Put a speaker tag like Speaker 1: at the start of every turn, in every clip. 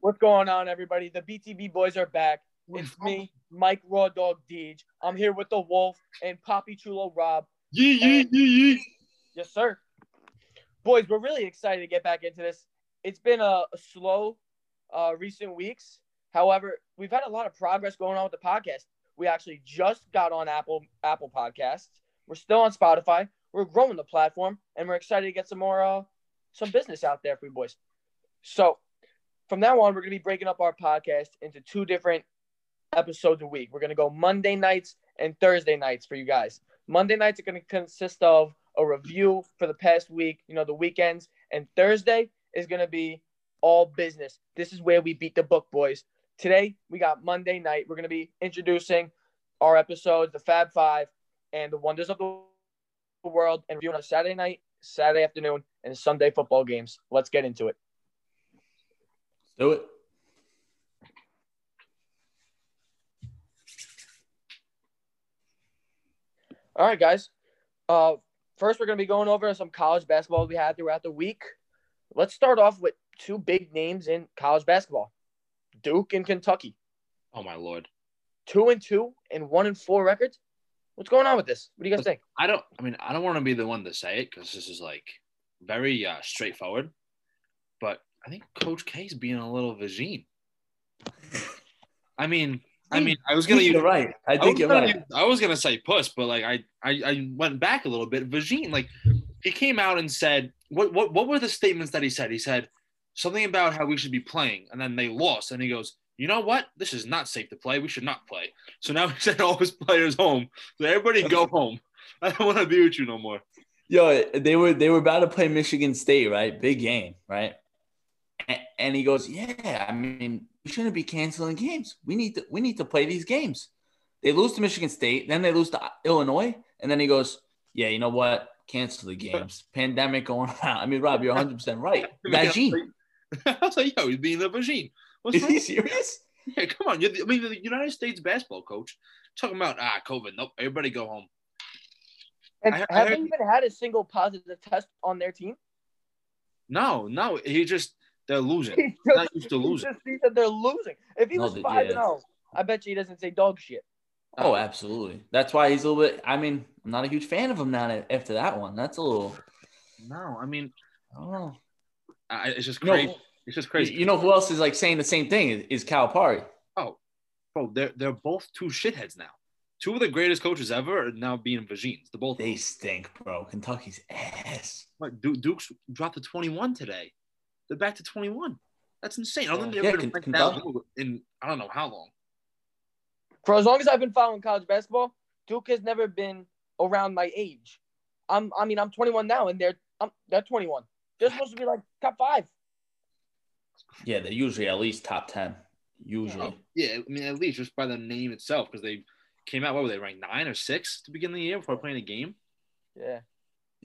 Speaker 1: What's going on, everybody? The BTB boys are back. It's me, Mike Raw Dog Deej. I'm here with the Wolf and Poppy Chulo Rob.
Speaker 2: Yee, yee, yee, yee.
Speaker 1: Yes, sir. Boys, we're really excited to get back into this. It's been a, a slow uh, recent weeks. However, we've had a lot of progress going on with the podcast. We actually just got on Apple Apple Podcasts. We're still on Spotify. We're growing the platform, and we're excited to get some more uh, some business out there for you boys. So from now on, we're going to be breaking up our podcast into two different episodes a week. We're going to go Monday nights and Thursday nights for you guys. Monday nights are going to consist of a review for the past week, you know, the weekends, and Thursday is going to be all business. This is where we beat the book, boys. Today, we got Monday night. We're going to be introducing our episodes, the Fab Five and the Wonders of the World, and reviewing our Saturday night, Saturday afternoon, and Sunday football games. Let's get into it.
Speaker 3: Do it.
Speaker 1: All right, guys. Uh, first, we're going to be going over some college basketball we had throughout the week. Let's start off with two big names in college basketball Duke and Kentucky.
Speaker 2: Oh my lord.
Speaker 1: Two and two and one and four records. What's going on with this? What do you guys think?
Speaker 2: I don't. I mean, I don't want to be the one to say it because this is like very uh, straightforward. But I think Coach K's being a little vagine. I mean, I mean, I was
Speaker 3: I
Speaker 2: gonna
Speaker 3: think
Speaker 2: use
Speaker 3: you're right. I
Speaker 2: I was
Speaker 3: think you're
Speaker 2: gonna
Speaker 3: right.
Speaker 2: use- I was gonna say puss, but like I, I, I went back a little bit. Vagine, like he came out and said, what, what, what were the statements that he said? He said something about how we should be playing, and then they lost, and he goes, you know what? This is not safe to play. We should not play. So now he sent all his players home. So everybody go home. I don't want to be with you no more.
Speaker 3: Yo, they were they were about to play Michigan State, right? Big game, right? And, and he goes, "Yeah, I mean, we shouldn't be canceling games. We need to we need to play these games." They lose to Michigan State, then they lose to Illinois, and then he goes, "Yeah, you know what? Cancel the games. Pandemic going around." I mean, Rob, you're 100 percent right. Vagine.
Speaker 2: I was like, yo, he's being a vagine. What's
Speaker 3: Is
Speaker 2: wrong?
Speaker 3: he serious?
Speaker 2: Yeah, come on. You're the, I mean, you're the United States basketball coach talking about ah COVID. Nope, everybody go home.
Speaker 1: And
Speaker 2: I- I
Speaker 1: have they
Speaker 2: heard-
Speaker 1: even had a single positive test on their team?
Speaker 2: No, no, he just they're losing.
Speaker 1: He
Speaker 2: not used to
Speaker 1: he
Speaker 2: losing.
Speaker 1: just sees that they're losing. If he
Speaker 3: No,
Speaker 1: was
Speaker 3: they-
Speaker 1: five and
Speaker 3: yeah.
Speaker 1: zero, I bet you he doesn't say dog shit.
Speaker 3: Oh, absolutely. That's why he's a little bit. I mean, I'm not a huge fan of him now after that one. That's a little.
Speaker 2: No, I mean,
Speaker 3: I don't know.
Speaker 2: I, it's just
Speaker 3: You know-
Speaker 2: crazy. it's just crazy.
Speaker 3: You know who else is like saying the same thing is, is Cal Pari.
Speaker 2: oh, bro, they're they're both two shitheads now. Two of the greatest coaches ever are now being vagines. The both.
Speaker 3: They stink, bro. Kentucky's ass.
Speaker 2: Like, Du- Duke's dropped to 21 today. They're back to 21. That's insane. I don't think
Speaker 3: Yeah,
Speaker 2: they've been
Speaker 3: Ken-
Speaker 2: ranked that
Speaker 3: Kentucky.
Speaker 2: low in I don't know how long.
Speaker 1: For as long as I've been following college basketball, Duke has never been around my age. I'm, I mean, I'm 21 now, and they're, I'm, they're 21. They're supposed to be like top five.
Speaker 3: Yeah, they're usually at least top ten. Usually.
Speaker 2: Yeah, I mean at least just by the name itself because they came out. What were they ranked nine or six to begin the year before playing a game?
Speaker 1: Yeah.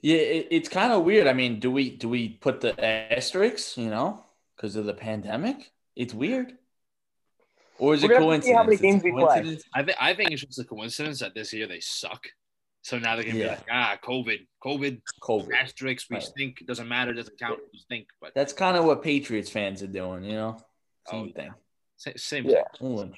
Speaker 3: Yeah, it, it's kind of weird. I mean, do we do we put the asterisks? You know, because of the pandemic, it's weird. Or is
Speaker 1: We're
Speaker 3: it
Speaker 1: gonna have to
Speaker 3: coincidence?
Speaker 1: see how many
Speaker 3: It's a
Speaker 1: games we play.
Speaker 3: coincidence?
Speaker 2: I think I think it's just a coincidence that this year they suck. So now they're gonna be
Speaker 3: Yeah.
Speaker 2: like, ah, COVID, COVID,
Speaker 3: COVID.
Speaker 2: asterisks. We
Speaker 3: Right.
Speaker 2: stink. It doesn't matter. It doesn't count. We stink. But
Speaker 3: That's kind of what Patriots fans are doing. You know,
Speaker 2: Oh,
Speaker 3: same thing.
Speaker 2: sa- same.
Speaker 1: Yeah.
Speaker 3: Ooh.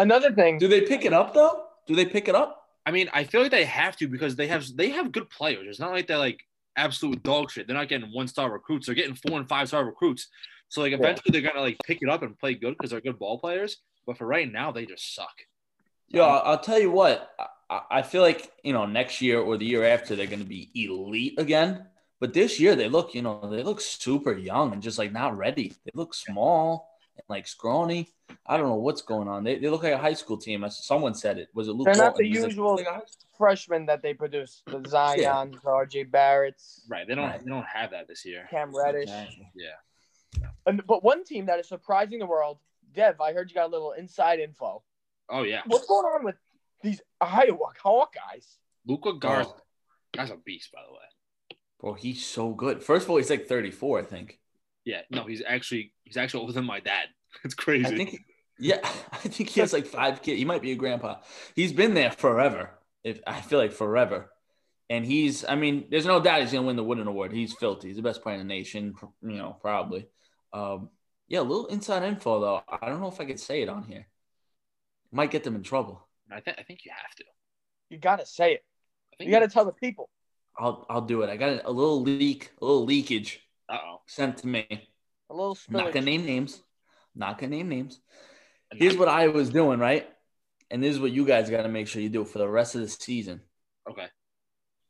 Speaker 1: Another thing,
Speaker 3: Do they pick it up though? Do they pick it up?
Speaker 2: I mean, I feel like they have to because they have they have good players. It's not like they're like absolute dog shit. They're not getting one star recruits. They're getting four and five star recruits. So like eventually they're gonna like pick it up and play good because they're good ball players. But for right now, they just suck.
Speaker 3: Yeah,
Speaker 1: Um,
Speaker 3: I'll I'll tell you what. I- I, I feel like you know next year or the year after they're going to be elite again. But this year they look, you know, they look super young and just like not ready. They look small and like scrawny. I don't know what's going on. They, they look like a high school team. I- Someone said it. Was it Luke?
Speaker 1: they're not the
Speaker 3: Walton? He's like,
Speaker 1: usual freshmen that they produce. The Zions,
Speaker 3: Yeah.
Speaker 1: the RJ Barretts,
Speaker 2: Right? They don't
Speaker 3: Right.
Speaker 2: they don't have that this year.
Speaker 1: Cam Reddish.
Speaker 2: Yeah.
Speaker 1: And, but one team that is surprising the world, Dev, I heard you got a little inside info.
Speaker 2: Oh yeah,
Speaker 1: What's going on with these Iowa Hawkeyes?
Speaker 2: Luca Garza.
Speaker 3: Oh,
Speaker 2: That's a beast, by the way.
Speaker 3: bro, Oh, he's so good. First of all, he's like 34, I think.
Speaker 2: Yeah, no, he's actually he's actually older than my dad. It's crazy.
Speaker 3: I think, yeah, I think he has like five kids. He might be a grandpa. He's been there forever. If I feel like forever, and he's, I mean, there's no doubt he's gonna win the Wooden Award. He's filthy. He's the best player in the nation, pr- you know, probably. Um, Yeah, a little inside info though. I don't know if I could say it on here. Might get them in trouble.
Speaker 2: I think I think you have to.
Speaker 1: You gotta say it.
Speaker 2: I think
Speaker 1: You gotta tell the people.
Speaker 3: I'll I'll do it. I got a little leak, a little leakage
Speaker 2: Uh-oh.
Speaker 3: sent to me.
Speaker 1: A little
Speaker 3: I'm not
Speaker 1: spillage.
Speaker 3: gonna name names. Not gonna name names. Here's what I was doing, right? And this is what you guys gotta make sure you do for the rest of the season.
Speaker 2: Okay.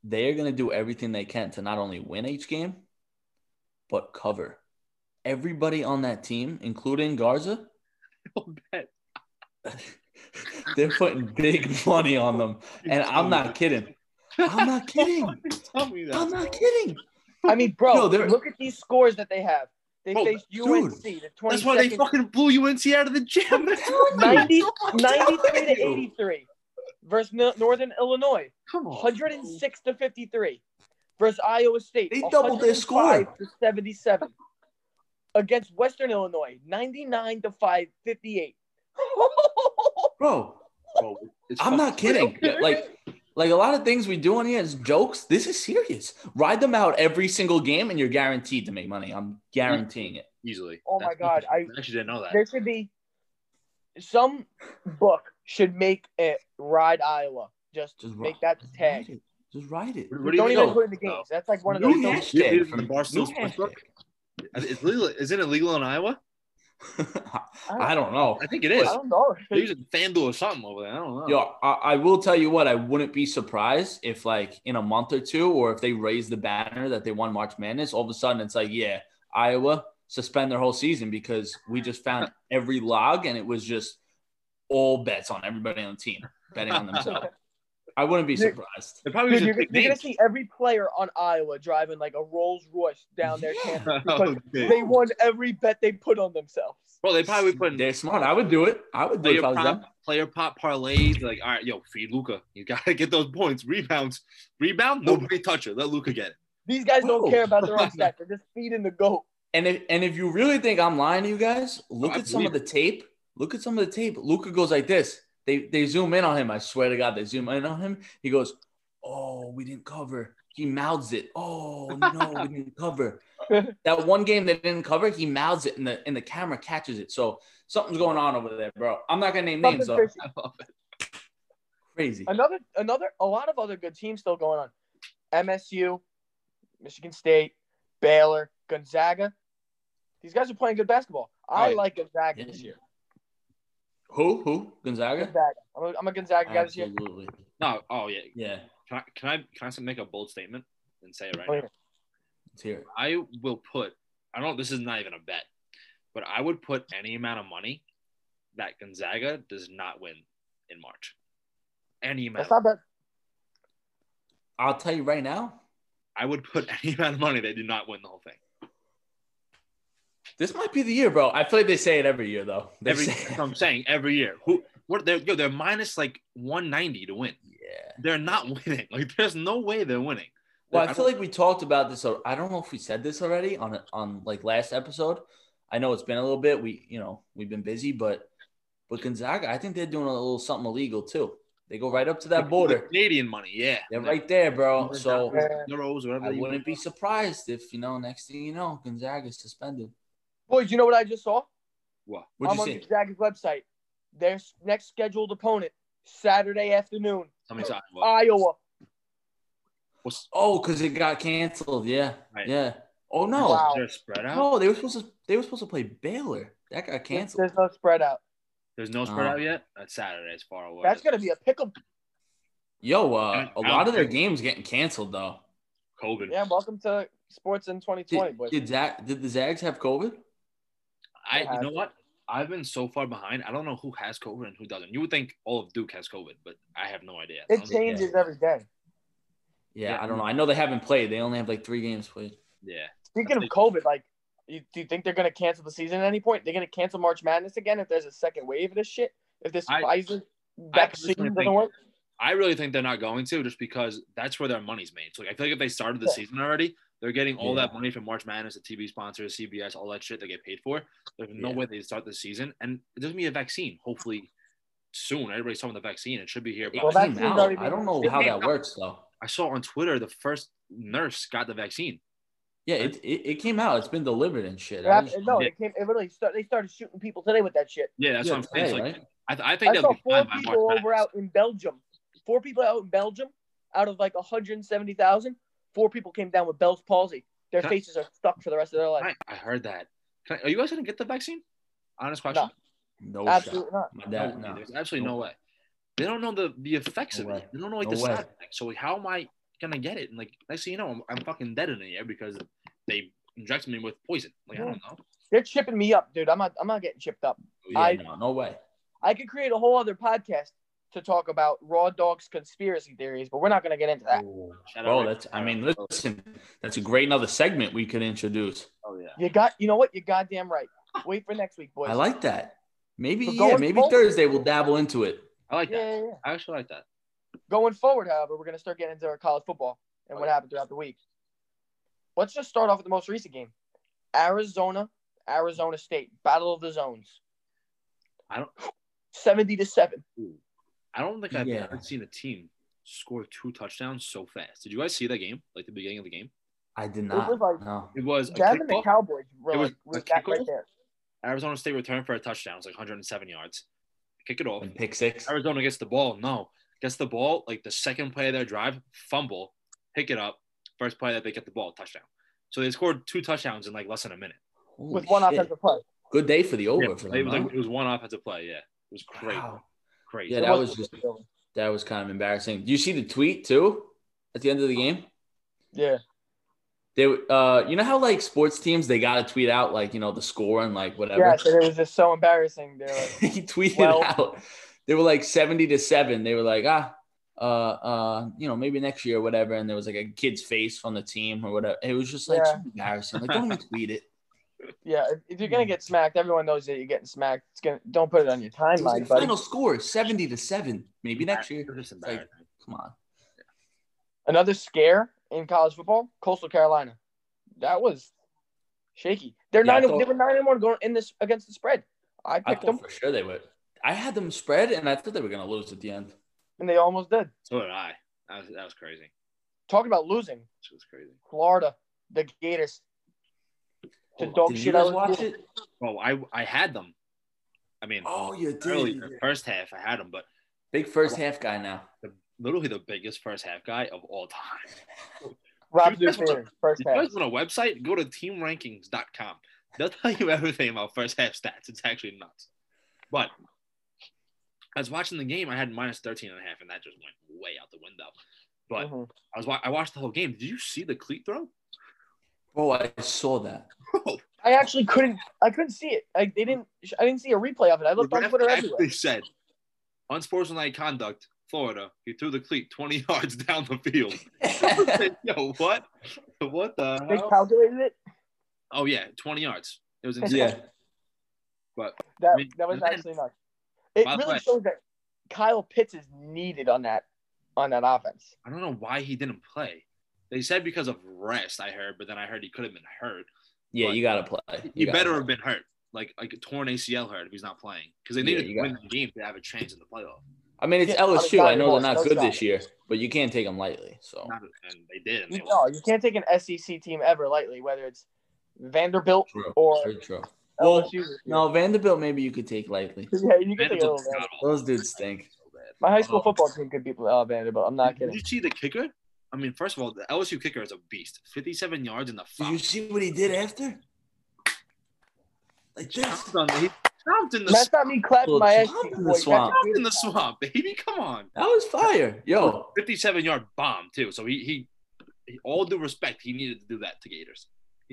Speaker 3: They're gonna do everything they can to not only win each game, but cover. Everybody on that team, including Garza,
Speaker 2: I'll bet.
Speaker 3: they're putting big money on them. And I'm not kidding. I'm not kidding.
Speaker 2: Tell me that.
Speaker 3: I'm
Speaker 2: bro.
Speaker 3: not kidding.
Speaker 1: I mean, bro,
Speaker 3: No, they're-
Speaker 1: look at these scores that they have. They
Speaker 2: Bro,
Speaker 1: faced
Speaker 3: dude,
Speaker 1: UNC, the 20
Speaker 2: That's why they fucking blew UNC out of the gym.
Speaker 3: telling
Speaker 1: 90,
Speaker 2: I'm telling
Speaker 1: 93 to
Speaker 2: you.
Speaker 1: 83 versus Nor- Northern Illinois,
Speaker 2: Come
Speaker 3: Oh,
Speaker 2: on.
Speaker 1: 106 to 53 versus Iowa State.
Speaker 3: They doubled
Speaker 1: 105
Speaker 3: their score.
Speaker 1: to 77 against Western Illinois, 99 to 5, 58.
Speaker 3: Bro,
Speaker 2: Bro, it's
Speaker 3: I'm
Speaker 2: fucking-
Speaker 3: not kidding. Yeah, Like, like a lot of things we do on here is jokes. This is serious. Ride them out every single game, and you're guaranteed to make money. I'm guaranteeing it.
Speaker 2: easily.
Speaker 1: Oh my God, I-
Speaker 2: actually didn't know that.
Speaker 1: there should be some book should make it ride Iowa. Just,
Speaker 3: Just
Speaker 1: make
Speaker 3: ri-
Speaker 1: that the
Speaker 3: Just
Speaker 1: tag.
Speaker 3: ride it. Just ride it.
Speaker 2: What do you
Speaker 1: Don't
Speaker 2: think?
Speaker 1: even
Speaker 3: No,
Speaker 1: put in the games. That's like one of
Speaker 3: New
Speaker 1: those.
Speaker 2: Don't-
Speaker 3: hashtag
Speaker 2: Don't-
Speaker 3: from
Speaker 2: Don't-
Speaker 3: Barstool
Speaker 2: Don't-
Speaker 3: Sportsbook.
Speaker 2: It's legal. Is it illegal in Iowa?
Speaker 3: I don't know.
Speaker 2: I think it
Speaker 1: I
Speaker 2: is.
Speaker 1: don't know.
Speaker 2: They're using FanDuel or something over there. I don't know.
Speaker 3: Yo, I, I will tell you what. I wouldn't be surprised if, like, in a month or two, or if they raise the banner that they won March Madness, all of a sudden it's like, yeah, Iowa suspend their whole season because we just found every log and it was just all bets on everybody on the team betting on themselves. I wouldn't be
Speaker 1: Nick-
Speaker 3: surprised.
Speaker 2: They probably
Speaker 1: Dude,
Speaker 2: just
Speaker 1: you're,
Speaker 2: pick
Speaker 1: you're gonna
Speaker 2: names.
Speaker 1: see every player on Iowa driving like a Rolls Royce down their
Speaker 3: Yeah.
Speaker 1: campus.
Speaker 2: Okay.
Speaker 1: They won every bet they put on themselves.
Speaker 2: Bro, they probably Oh, put in
Speaker 3: They're smart. I would do it. I would do
Speaker 2: player
Speaker 3: it if I was them.
Speaker 2: pop, player pop parlays. Like, all right, yo, feed Luca. You gotta get those points, rebounds, rebound. Nobody touch it. Let Luca get it.
Speaker 1: These guys
Speaker 3: Whoa.
Speaker 1: don't care about their own stats. They're just feeding the goat.
Speaker 3: And if and if you really think I'm lying to you guys, look
Speaker 2: I
Speaker 3: at some of the tape. Look at some of the tape. Luca goes like this. They they zoom in on him. I swear to God, they zoom in on him. He goes, "Oh, we didn't cover." He mouths it. "Oh no, we didn't cover." That one game they didn't cover, he mouths it, and the and the camera catches it. So something's going on over there, bro. I'm not gonna name names
Speaker 1: Something fishy.
Speaker 3: though.
Speaker 2: I love it.
Speaker 3: Crazy.
Speaker 1: Another, another, a lot of other good teams still going on. MSU, Michigan State, Baylor, Gonzaga. These guys are playing good basketball. I
Speaker 3: Right.
Speaker 1: like Gonzaga
Speaker 3: Yeah.
Speaker 1: this year.
Speaker 3: Who who Gonzaga?
Speaker 1: Gonzaga. I'm a, I'm a Gonzaga guy this year.
Speaker 3: Absolutely.
Speaker 2: No. Oh yeah.
Speaker 3: Yeah.
Speaker 2: Can I can I, can I make a bold statement and say it right
Speaker 1: Oh,
Speaker 2: now?
Speaker 1: yeah.
Speaker 3: Let's hear it.
Speaker 2: I will put. I don't. This is not even a bet, but I would put any amount of money that Gonzaga does not win in March. Any amount.
Speaker 1: That's not bad.
Speaker 3: I'll tell you right now.
Speaker 2: I would put any amount of money they do not win the whole thing.
Speaker 3: This might be the year, bro. I feel like they say it every year, though. They
Speaker 2: Every
Speaker 3: say-
Speaker 2: that's what I'm saying every year. Who? What? They're yo. They're minus like 190 to win.
Speaker 3: yeah.
Speaker 2: They're not winning. Like there's no way they're winning.
Speaker 3: Well,
Speaker 2: Like,
Speaker 3: I feel like we talked about this. al- I don't know if we said this already on on like last episode. I know it's been a little bit. We you know we've been busy, but but Gonzaga, I think they're doing a little something illegal too. They go right up to that border.
Speaker 2: Canadian money. Yeah.
Speaker 3: They're right there, bro. So
Speaker 2: euros, whatever.
Speaker 3: I
Speaker 2: you-
Speaker 3: wouldn't be surprised if you know next thing you know Gonzaga's suspended.
Speaker 1: Boys, you know what I just saw?
Speaker 2: What?
Speaker 3: What'd
Speaker 1: I'm
Speaker 3: you
Speaker 1: on
Speaker 3: say?
Speaker 1: Gonzaga's website. Their s- next scheduled opponent, Saturday afternoon,
Speaker 2: Tell me something. What-
Speaker 1: Iowa.
Speaker 2: What's
Speaker 3: Oh, because it got canceled. Yeah,
Speaker 2: Right.
Speaker 3: yeah. Oh no,
Speaker 1: Wow.
Speaker 2: is there a spread out?
Speaker 3: no, they were supposed to they were supposed to play Baylor. That got canceled.
Speaker 1: There's no spread out.
Speaker 2: There's no spread
Speaker 3: Oh.
Speaker 2: out yet. That's Saturday. It's far away.
Speaker 1: That's gonna be a pick'em.
Speaker 3: Yo, uh,
Speaker 2: I-
Speaker 3: a
Speaker 2: I
Speaker 3: lot
Speaker 2: don't
Speaker 3: of their
Speaker 2: think-
Speaker 3: games getting canceled though.
Speaker 2: COVID.
Speaker 1: Yeah, welcome to sports in 2020,
Speaker 3: Did,
Speaker 1: boys.
Speaker 3: did Zach? Did the Zags have COVID?
Speaker 2: I.
Speaker 1: Yeah.
Speaker 2: You know what? I've been so far behind. I don't know who has COVID and who doesn't. You would think all of Duke has COVID, but I have no idea.
Speaker 1: It changes every day.
Speaker 3: Yeah,
Speaker 2: Yeah.
Speaker 3: I don't know. I know they haven't played. They only have like three games played.
Speaker 2: Yeah.
Speaker 1: Speaking of COVID, like, you, do you think they're gonna cancel the season at any point? They're gonna cancel March Madness again if there's a second wave of this shit. If this
Speaker 2: I-
Speaker 1: Pfizer
Speaker 2: personally
Speaker 1: vaccine doesn't
Speaker 2: think-
Speaker 1: work.
Speaker 2: I really think they're not going to just because that's where their money's made. So like, I feel like if they started the
Speaker 1: Yeah.
Speaker 2: season already, they're getting all
Speaker 3: Yeah.
Speaker 2: that money from March Madness, the TV sponsors, CBS, all that shit they get paid for. There's no
Speaker 3: Yeah.
Speaker 2: way they start the season. And there's going to be a vaccine, hopefully soon. Everybody's talking about the vaccine. It should be here.
Speaker 3: It
Speaker 1: Well,
Speaker 2: But
Speaker 1: that-
Speaker 3: came
Speaker 1: vaccine's
Speaker 3: out.
Speaker 1: already been-
Speaker 3: I don't know
Speaker 2: It
Speaker 3: how
Speaker 2: came
Speaker 3: that
Speaker 2: out.
Speaker 3: works though.
Speaker 2: I saw on Twitter the first nurse got the vaccine.
Speaker 3: Yeah, it, it, it came out. It's been delivered and shit.
Speaker 1: It
Speaker 3: I
Speaker 1: happened-
Speaker 3: just-
Speaker 1: no, it came. It literally start, they started shooting people today with that shit.
Speaker 2: Yeah, that's
Speaker 3: yeah,
Speaker 2: what I'm saying. It's
Speaker 3: today,
Speaker 2: like,
Speaker 3: right?
Speaker 2: I, th- I think
Speaker 1: I
Speaker 2: that
Speaker 1: saw
Speaker 2: was the
Speaker 1: four
Speaker 2: time I
Speaker 1: people
Speaker 2: watched
Speaker 1: over
Speaker 2: Max.
Speaker 1: out in Belgium. Four people out in Belgium, out of like 170,000, four people came down with Bell's palsy. Their
Speaker 2: Can I-
Speaker 1: faces are stuck for the rest of their life.
Speaker 2: I, I heard that. Can I, are you guys gonna get the vaccine? Honest question.
Speaker 3: No
Speaker 1: Absolutely
Speaker 3: shot.
Speaker 1: not.
Speaker 3: My dad,
Speaker 2: way.
Speaker 3: no.
Speaker 2: There's absolutely no way. They don't know the the effects
Speaker 3: No
Speaker 2: of
Speaker 3: way.
Speaker 2: it. They don't know like
Speaker 3: No
Speaker 2: the
Speaker 3: way.
Speaker 2: side effects. So like, how am I gonna get it? And like next thing you know, I'm, I'm fucking dead in a year because they injected me with poison. Like I don't know.
Speaker 1: They're chipping me up, dude. I'm not. I'm not getting chipped up.
Speaker 3: Oh, Yeah,
Speaker 1: I-
Speaker 3: no, no way.
Speaker 1: I could create a whole other podcast to talk about raw dogs conspiracy theories, but we're not going to get into that.
Speaker 2: Shout out
Speaker 3: Bro,
Speaker 2: Rick.
Speaker 3: that's. I mean, listen, that's a great another segment we could introduce.
Speaker 2: Oh yeah.
Speaker 1: You got. You know what? You're goddamn right. Wait for next week, boys.
Speaker 3: I like that. Maybe
Speaker 1: But
Speaker 3: yeah,
Speaker 1: going
Speaker 3: maybe
Speaker 1: forward-
Speaker 3: Thursday we'll dabble into it.
Speaker 2: I like
Speaker 1: Yeah,
Speaker 2: that.
Speaker 1: yeah, yeah.
Speaker 2: I actually like that.
Speaker 1: Going forward, however, we're going to start getting into our college football and what
Speaker 2: Okay.
Speaker 1: happened throughout the week. Let's just start off with the most recent game: Arizona, Arizona State, Battle of the Zones.
Speaker 2: I don't-
Speaker 1: Seventy to seven.
Speaker 2: I don't think I've
Speaker 3: Yeah.
Speaker 2: ever seen a team score two touchdowns so fast. Did you guys see that game? Like the beginning of the game?
Speaker 3: I did not.
Speaker 1: was like-
Speaker 3: no.
Speaker 2: It was a
Speaker 1: Jazz and the
Speaker 2: kickoff.
Speaker 1: Cowboys were
Speaker 2: It was
Speaker 1: like, was
Speaker 2: a
Speaker 1: that right
Speaker 2: kickoff?
Speaker 1: there.
Speaker 2: Arizona State returned for a touchdown. It was like 107 yards. Kick it off.
Speaker 3: And pick six.
Speaker 2: Arizona gets the ball. No, gets the ball. Like the second play of their drive, fumble, pick it up. First play that they get the ball, touchdown. So they scored two touchdowns in like less than a minute.
Speaker 3: Holy
Speaker 1: With one
Speaker 3: shit.
Speaker 1: offensive play.
Speaker 3: Good day for the over
Speaker 2: Yeah,
Speaker 3: for
Speaker 2: it,
Speaker 3: them.
Speaker 2: was like,
Speaker 3: huh?
Speaker 2: it was one offensive play. Yeah, it was crazy,
Speaker 3: Wow.
Speaker 2: crazy.
Speaker 3: Yeah,
Speaker 1: It
Speaker 3: that
Speaker 1: wasn't-
Speaker 3: was just- That was kind of embarrassing. Do you see the tweet too? At the end of the game,
Speaker 1: yeah.
Speaker 3: they uh, you know how like sports teams they gotta tweet out like you know the score and like whatever.
Speaker 1: Yeah, so it was just so embarrassing. They're like,
Speaker 3: he tweeted
Speaker 1: Well-
Speaker 3: out. They were like 70 to 7. They were like, ah, uh, uh, you know, maybe next year or whatever. And there was like a kid's face on the team or whatever. It was just like
Speaker 1: Yeah.
Speaker 3: so embarrassing. Like, don't even tweet it.
Speaker 1: yeah, if- if you're gonna
Speaker 3: Hmm.
Speaker 1: get smacked, everyone knows that you're getting smacked. It's gonna don't put it on your
Speaker 3: It was
Speaker 1: timeline,
Speaker 3: like,
Speaker 1: buddy.
Speaker 3: final score 70 to 7. Maybe next year.
Speaker 2: It was just
Speaker 3: It's like-
Speaker 2: embarrassing.
Speaker 3: Come on.
Speaker 1: Another scare in college football: Coastal Carolina. That was shaky. They're
Speaker 3: Yeah, I
Speaker 1: nine. and-
Speaker 3: thought-
Speaker 1: they were nine and one going in this against the spread. I
Speaker 3: I
Speaker 1: picked them,
Speaker 3: thought for sure they would. I had them spread and I thought they were going to lose at the end.
Speaker 1: and they almost did.
Speaker 2: So did I. That was, that was crazy.
Speaker 1: Talking about losing,
Speaker 2: It was crazy.
Speaker 1: Florida, the Gators. The
Speaker 2: Hold on.
Speaker 1: dog
Speaker 3: Oh, Did you
Speaker 1: shit I
Speaker 3: guys
Speaker 1: was
Speaker 3: watch
Speaker 1: doing.
Speaker 3: it?
Speaker 2: Oh, I I had them. I mean,
Speaker 3: Oh, you did.
Speaker 2: early the first half I had them, but
Speaker 3: Big first half guy now.
Speaker 2: the, literally the biggest first half guy of all time.
Speaker 1: Rob
Speaker 2: You guys wanna-
Speaker 1: Zuffier, first
Speaker 2: If you
Speaker 1: half.
Speaker 2: guys want a website, go to teamrankings.com. They'll tell you everything about first half stats. It's actually nuts. But I was watching the game. I had minus 13 and a half, and that just went way out the window. But
Speaker 1: Mhm.
Speaker 2: I was wa- I watched the whole game. Did you see the cleat throw?
Speaker 3: Bro, I saw that.
Speaker 1: I actually couldn't. I couldn't see it. I they didn't. I didn't see a replay of it. I looked on
Speaker 2: ref
Speaker 1: Twitter
Speaker 2: actually
Speaker 1: everywhere.
Speaker 2: said, unsportsmanlike conduct, Florida. He threw the cleat 20 yards down the field. Yo, what? What the
Speaker 1: They
Speaker 2: hell?
Speaker 1: calculated it.
Speaker 2: Oh, yeah, 20 yards. It was insane.
Speaker 3: yeah.
Speaker 1: That,
Speaker 2: I mean,
Speaker 1: that was
Speaker 2: and then-
Speaker 1: actually nuts. It
Speaker 2: By the
Speaker 1: really
Speaker 2: way-
Speaker 1: shows that Kyle Pitts is needed on that on that offense.
Speaker 2: I don't know why he didn't play. They said because of rest, I heard, but then I heard he could have been hurt.
Speaker 3: Yeah, you got to play.
Speaker 2: He
Speaker 3: You gotta
Speaker 2: better
Speaker 3: play.
Speaker 2: have been hurt, like like a torn ACL hurt if he's not playing, because they
Speaker 3: Yeah,
Speaker 2: needed to
Speaker 3: you got
Speaker 2: win the game to have a chance in the playoff.
Speaker 3: I mean, it's
Speaker 1: Yeah,
Speaker 3: LSU. I know they're
Speaker 1: no
Speaker 3: not good
Speaker 1: shot.
Speaker 3: this year, but you can't take them lightly. So
Speaker 2: Not- and they did. And they
Speaker 1: You,
Speaker 2: won.
Speaker 1: no, you can't take an SEC team ever lightly, whether it's Vanderbilt
Speaker 3: true,
Speaker 1: or
Speaker 3: very true. Well,
Speaker 1: LSU.
Speaker 3: Oh, No, Vanderbilt maybe you could take lightly.
Speaker 1: yeah, you can take a little
Speaker 2: Vanderbilt's
Speaker 1: Vanderbilt.
Speaker 2: god awful.
Speaker 3: Those dudes stink.
Speaker 2: So bad.
Speaker 1: My high school
Speaker 3: Oh.
Speaker 1: football team could beat uh, Vanderbilt. I'm not
Speaker 2: Did
Speaker 1: kidding.
Speaker 2: you see the kicker? I mean, first of all, the LSU kicker is a beast. 57 yards in the
Speaker 3: Did you
Speaker 2: foul.
Speaker 3: see what he did after? Like this.
Speaker 2: Chomped on the- He chomped in the,
Speaker 1: That's
Speaker 2: swamp,
Speaker 1: not me clapping
Speaker 3: Little
Speaker 1: my ass.
Speaker 3: chump
Speaker 1: cheeks,
Speaker 3: in the
Speaker 1: boy. That's
Speaker 3: swamp.
Speaker 1: not me.
Speaker 2: chomped in the swamp, baby. Come on.
Speaker 3: That was fire. Yo,
Speaker 2: 57 yard bomb, too. So he, he, he- all due respect, he needed to do that to Gators.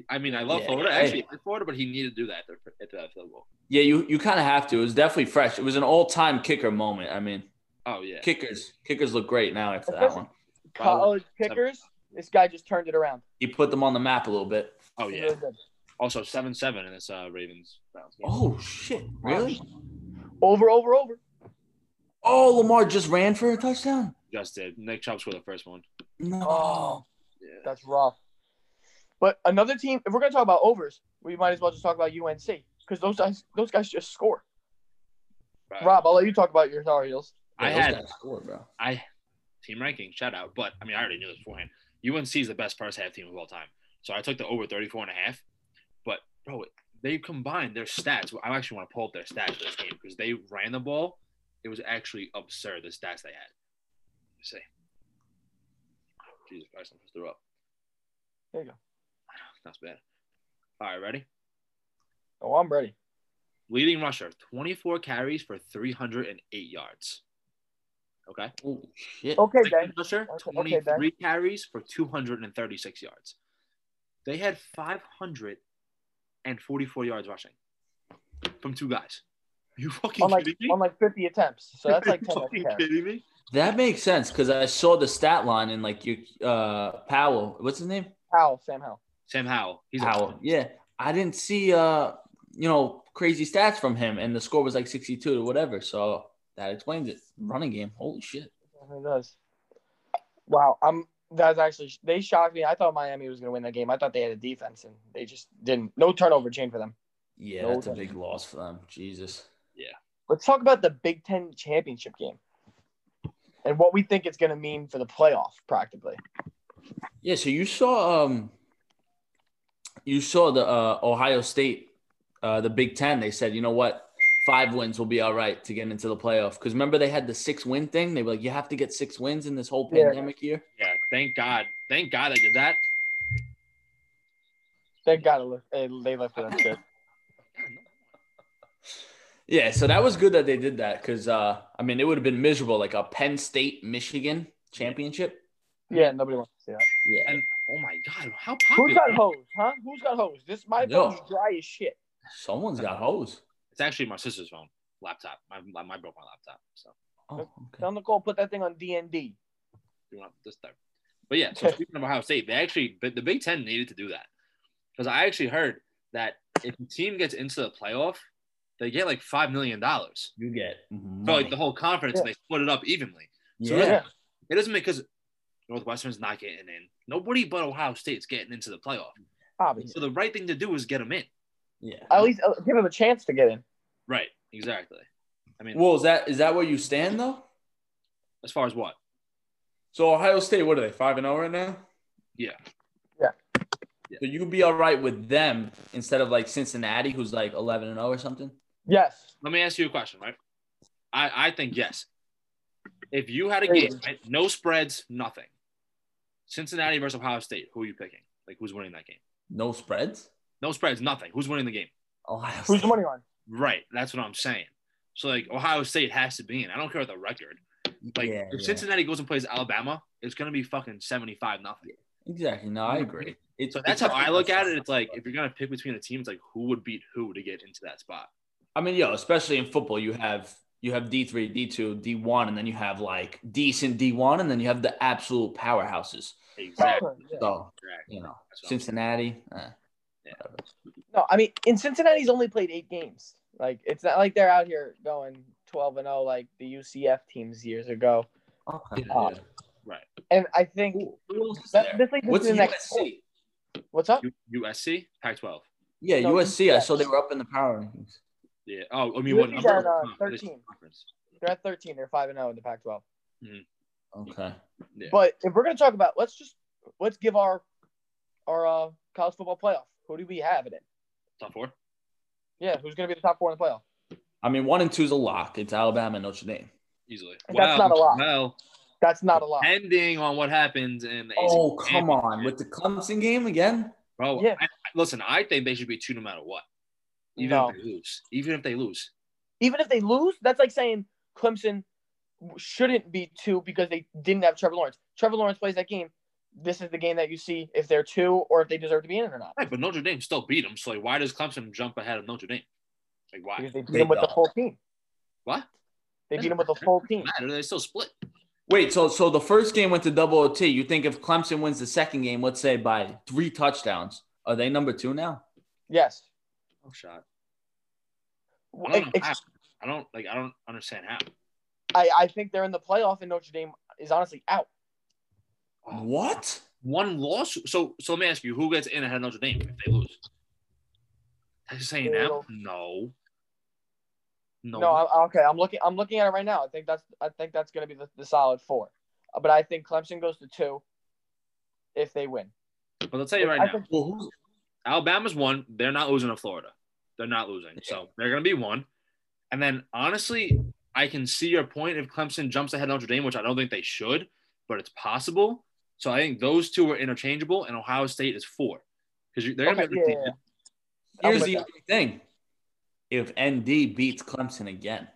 Speaker 2: I mean, I love
Speaker 3: Yeah,
Speaker 2: Florida.
Speaker 3: hey.
Speaker 2: Actually, I like Florida, but he needed to do that at the, at the field goal.
Speaker 3: yeah, you you kind of have to. It was definitely fresh. It was an all time kicker moment. I mean,
Speaker 2: Oh, yeah.
Speaker 3: kickers kickers look great now after that one.
Speaker 1: College kickers. This guy just turned it around.
Speaker 3: He put them on the map a little bit.
Speaker 2: Oh,
Speaker 1: He
Speaker 2: yeah.
Speaker 1: really did.
Speaker 2: Also, 7 7 in this uh, Ravens. Browns game.
Speaker 3: Oh shit! Really?
Speaker 1: Over, over, over.
Speaker 3: Oh, Lamar just ran for a touchdown.
Speaker 2: Just did. Nick Chubb scored the first one.
Speaker 3: No.
Speaker 2: Yeah.
Speaker 1: That's rough. But another team, if we're gonna talk about overs, we might as well just talk about UNC because those guys, those guys just score.
Speaker 2: Right.
Speaker 1: Rob, I'll let you talk about your Tar Heels.
Speaker 2: I
Speaker 3: Those
Speaker 2: had
Speaker 3: guys scored, bro.
Speaker 2: I team ranking, shout out. But I mean, I already knew this beforehand. UNC is the best first half team of all time. So I took the over 34 and a half. But, bro, they combined their stats. I actually want to pull up their stats for this game because they ran the ball. It was actually absurd, the stats they had. Let's see. Jesus Christ, I'm supposed to throw up.
Speaker 1: There you go.
Speaker 2: That's bad. All right, ready?
Speaker 1: Oh, I'm ready.
Speaker 2: Leading rusher, 24 carries for 308 yards. Okay.
Speaker 3: Oh shit.
Speaker 1: Okay,
Speaker 2: Second
Speaker 1: Ben.
Speaker 2: rusher,
Speaker 1: Okay, okay, Ben.
Speaker 2: 23 carries for 236 yards. They had 544 yards rushing from two guys. Are you fucking
Speaker 1: On like
Speaker 2: kidding me?
Speaker 1: on like 50 attempts, so that's like
Speaker 2: Are you
Speaker 1: 10
Speaker 2: fucking
Speaker 1: out of 10.
Speaker 2: kidding me?
Speaker 3: That makes sense because I saw the stat line and like your uh Powell. What's his name?
Speaker 1: Howell, Sam Howell.
Speaker 2: Sam Howell. He's a-
Speaker 3: Powell. Yeah. I didn't see uh you know crazy stats from him and the score was like 62 or whatever. So that explains it. Running game. Holy shit.
Speaker 1: Yeah, It does. Wow, I'm. That's actually they shocked me. I thought Miami was going to win that game. I thought they had a defense, and they just didn't. No turnover chain for them.
Speaker 3: Yeah,
Speaker 1: No
Speaker 3: that's a
Speaker 1: doubt.
Speaker 3: big loss for them. Jesus.
Speaker 1: Let's talk about the Big Ten championship game, and what we think it's going to mean for the playoff. Practically,
Speaker 3: Yeah, so you saw um you saw the uh, Ohio State uh the Big 10 they said, "You know what? 5 wins will be all right to get into the playoff." Cuz remember they had the 6 win thing? They were like, "You have to get 6 wins in this whole
Speaker 1: Yeah.
Speaker 3: pandemic year."
Speaker 2: Yeah, thank God. Thank God I did that.
Speaker 1: they got to they left it unsaid.
Speaker 3: Yeah, so that was good that they did that cuz uh I mean, it would have been miserable like a Penn State Michigan championship.
Speaker 1: Yeah, nobody wants to see that.
Speaker 3: Yeah.
Speaker 2: And oh my God, how
Speaker 1: Who's
Speaker 2: popular.
Speaker 1: got hosed, huh? Who's got hosed? This my
Speaker 3: No.
Speaker 1: phone's dry as shit.
Speaker 3: Someone's got hosed.
Speaker 2: It's actually my sister's phone, laptop. My, my, my broke my laptop. So
Speaker 3: Oh, okay.
Speaker 1: Tell Nicole put that thing on DND.
Speaker 2: you want this time. But yeah, so speaking of Ohio State, they actually but the Big Ten needed to do that because I actually heard that if the team gets into the playoff, they get like five million dollars.
Speaker 3: You get
Speaker 2: So like
Speaker 3: money.
Speaker 2: the whole conference, and they split it up evenly. So
Speaker 3: yeah.
Speaker 2: it doesn't make because Northwestern's not getting in. Nobody but Ohio State's getting into the playoff.
Speaker 1: Obviously,
Speaker 2: So the right thing to do is get them in.
Speaker 3: Yeah.
Speaker 1: at least uh, give him a chance to get in.
Speaker 2: Right. Exactly. I mean,
Speaker 3: Well, is that is that where you stand though?
Speaker 2: as far as what?
Speaker 3: So Ohio State, what are they? Five and zero right now.
Speaker 2: Yeah.
Speaker 1: Yeah.
Speaker 3: So you'd be all right with them instead of like Cincinnati, who's like eleven and zero or something.
Speaker 1: Yes,
Speaker 2: let me ask you a question, right? I, I think yes. If you had a
Speaker 1: There you
Speaker 2: game, right? no spreads, nothing. Cincinnati versus Ohio State, who are you picking? Like who's winning that game?
Speaker 3: No spreads.
Speaker 2: No spreads, nothing. Who's winning the game?
Speaker 3: Ohio
Speaker 1: who's the
Speaker 3: State.
Speaker 1: money line?
Speaker 2: Right. That's what I'm saying. So like Ohio State has to be in. I don't care what the record. Like
Speaker 3: yeah,
Speaker 2: if
Speaker 3: yeah.
Speaker 2: Cincinnati goes and plays Alabama, it's gonna be fucking seventy five nothing.
Speaker 3: Exactly. No, I agree. It's,
Speaker 2: So that's how I look at it. It's like if you're gonna pick between the teams, like who would beat who to get into that spot.
Speaker 3: I mean, yo, especially in football, you have you have D three, D two, D one, and then you have like decent D one, and then you have the absolute powerhouses.
Speaker 2: Exactly.
Speaker 1: Yeah.
Speaker 3: So
Speaker 2: Correct.
Speaker 3: you know,
Speaker 2: That's what I'm-
Speaker 3: Cincinnati. eh.
Speaker 1: No, I mean, in Cincinnati's only played eight games. Like, it's not like they're out here going 12 and 0 like the UCF teams years ago.
Speaker 3: Okay.
Speaker 1: Uh,
Speaker 3: Yeah.
Speaker 2: Right.
Speaker 1: And I think
Speaker 3: Who- who else is
Speaker 1: that,
Speaker 3: there?
Speaker 1: this leads
Speaker 3: What's
Speaker 1: into the next.
Speaker 3: USC?
Speaker 1: What's up?
Speaker 2: U- USC, Pac twelve.
Speaker 3: Yeah,
Speaker 1: No,
Speaker 3: USC. I
Speaker 1: yeah.
Speaker 3: saw they were up in the power rankings.
Speaker 2: Yeah. Oh, I mean,
Speaker 1: Who
Speaker 2: what
Speaker 1: is
Speaker 2: number?
Speaker 1: at, uh,
Speaker 2: Oh, this
Speaker 1: 13?
Speaker 2: conference.
Speaker 1: They're at 13. They're 5 and 0 in the Pac 12.
Speaker 3: Okay.
Speaker 2: Yeah.
Speaker 1: But if we're going to talk about, let's just, let's give our, our uh, college football playoff. Who do we have in it?
Speaker 2: Top four.
Speaker 1: Yeah, who's going to be the top four in the playoff?
Speaker 3: I mean, one and two is a lock. It's Alabama, and Notre Dame.
Speaker 2: Easily.
Speaker 1: That's not a lot.
Speaker 2: Well,
Speaker 1: That's not a lot.
Speaker 2: depending on what happens in the ACC
Speaker 3: Oh, come on.
Speaker 2: championship,
Speaker 3: With the Clemson game again?
Speaker 2: bro.
Speaker 1: Yeah.
Speaker 2: I, I- listen, I think they should be two no matter what. Even
Speaker 1: No.
Speaker 2: if they lose. Even if they lose.
Speaker 1: Even if they lose, that's like saying Clemson shouldn't be two because they didn't have Trevor Lawrence. Trevor Lawrence plays that game. This is the game that you see if they're two or if they deserve to be in it or not.
Speaker 2: Right, but Notre Dame still beat them. So like, why does Clemson jump ahead of Notre Dame? Like why?
Speaker 1: Because they beat
Speaker 3: They
Speaker 1: them with the
Speaker 3: don't.
Speaker 1: full team.
Speaker 2: What?
Speaker 1: They beat them with the full team.
Speaker 2: Matter? They still split.
Speaker 3: Wait, so so the first game went to double OT. You think if Clemson wins the second game, let's say by three touchdowns, are they number two now?
Speaker 1: Yes.
Speaker 2: Oh shot. I
Speaker 1: I,
Speaker 2: don't, know how. I don't like. I don't understand how.
Speaker 1: I, I think they're in the playoff and Notre Dame is honestly out.
Speaker 3: What?
Speaker 2: One loss. So so let me ask you, who gets in ahead of Notre Dame if they lose? Are you saying now? No. No.
Speaker 1: No, I, okay. I'm looking I'm looking at it right now. I think that's I think that's gonna be the, the solid four. Uh, But I think Clemson goes to two if they win.
Speaker 2: But I'll tell you right
Speaker 1: I
Speaker 2: now,
Speaker 1: think-
Speaker 3: Well, who's,
Speaker 2: Alabama's one. They're not losing to Florida. They're not losing. So they're going to be one. And then honestly, I can see your point if Clemson jumps ahead of Notre Dame, which I don't think they should, but it's possible. So I think those two are interchangeable, and Ohio State is four because they're going to
Speaker 1: Okay,
Speaker 2: be.
Speaker 1: yeah, yeah, yeah. I'm
Speaker 3: here's
Speaker 1: with
Speaker 3: the
Speaker 1: that.
Speaker 3: only thing: if ND beats Clemson again,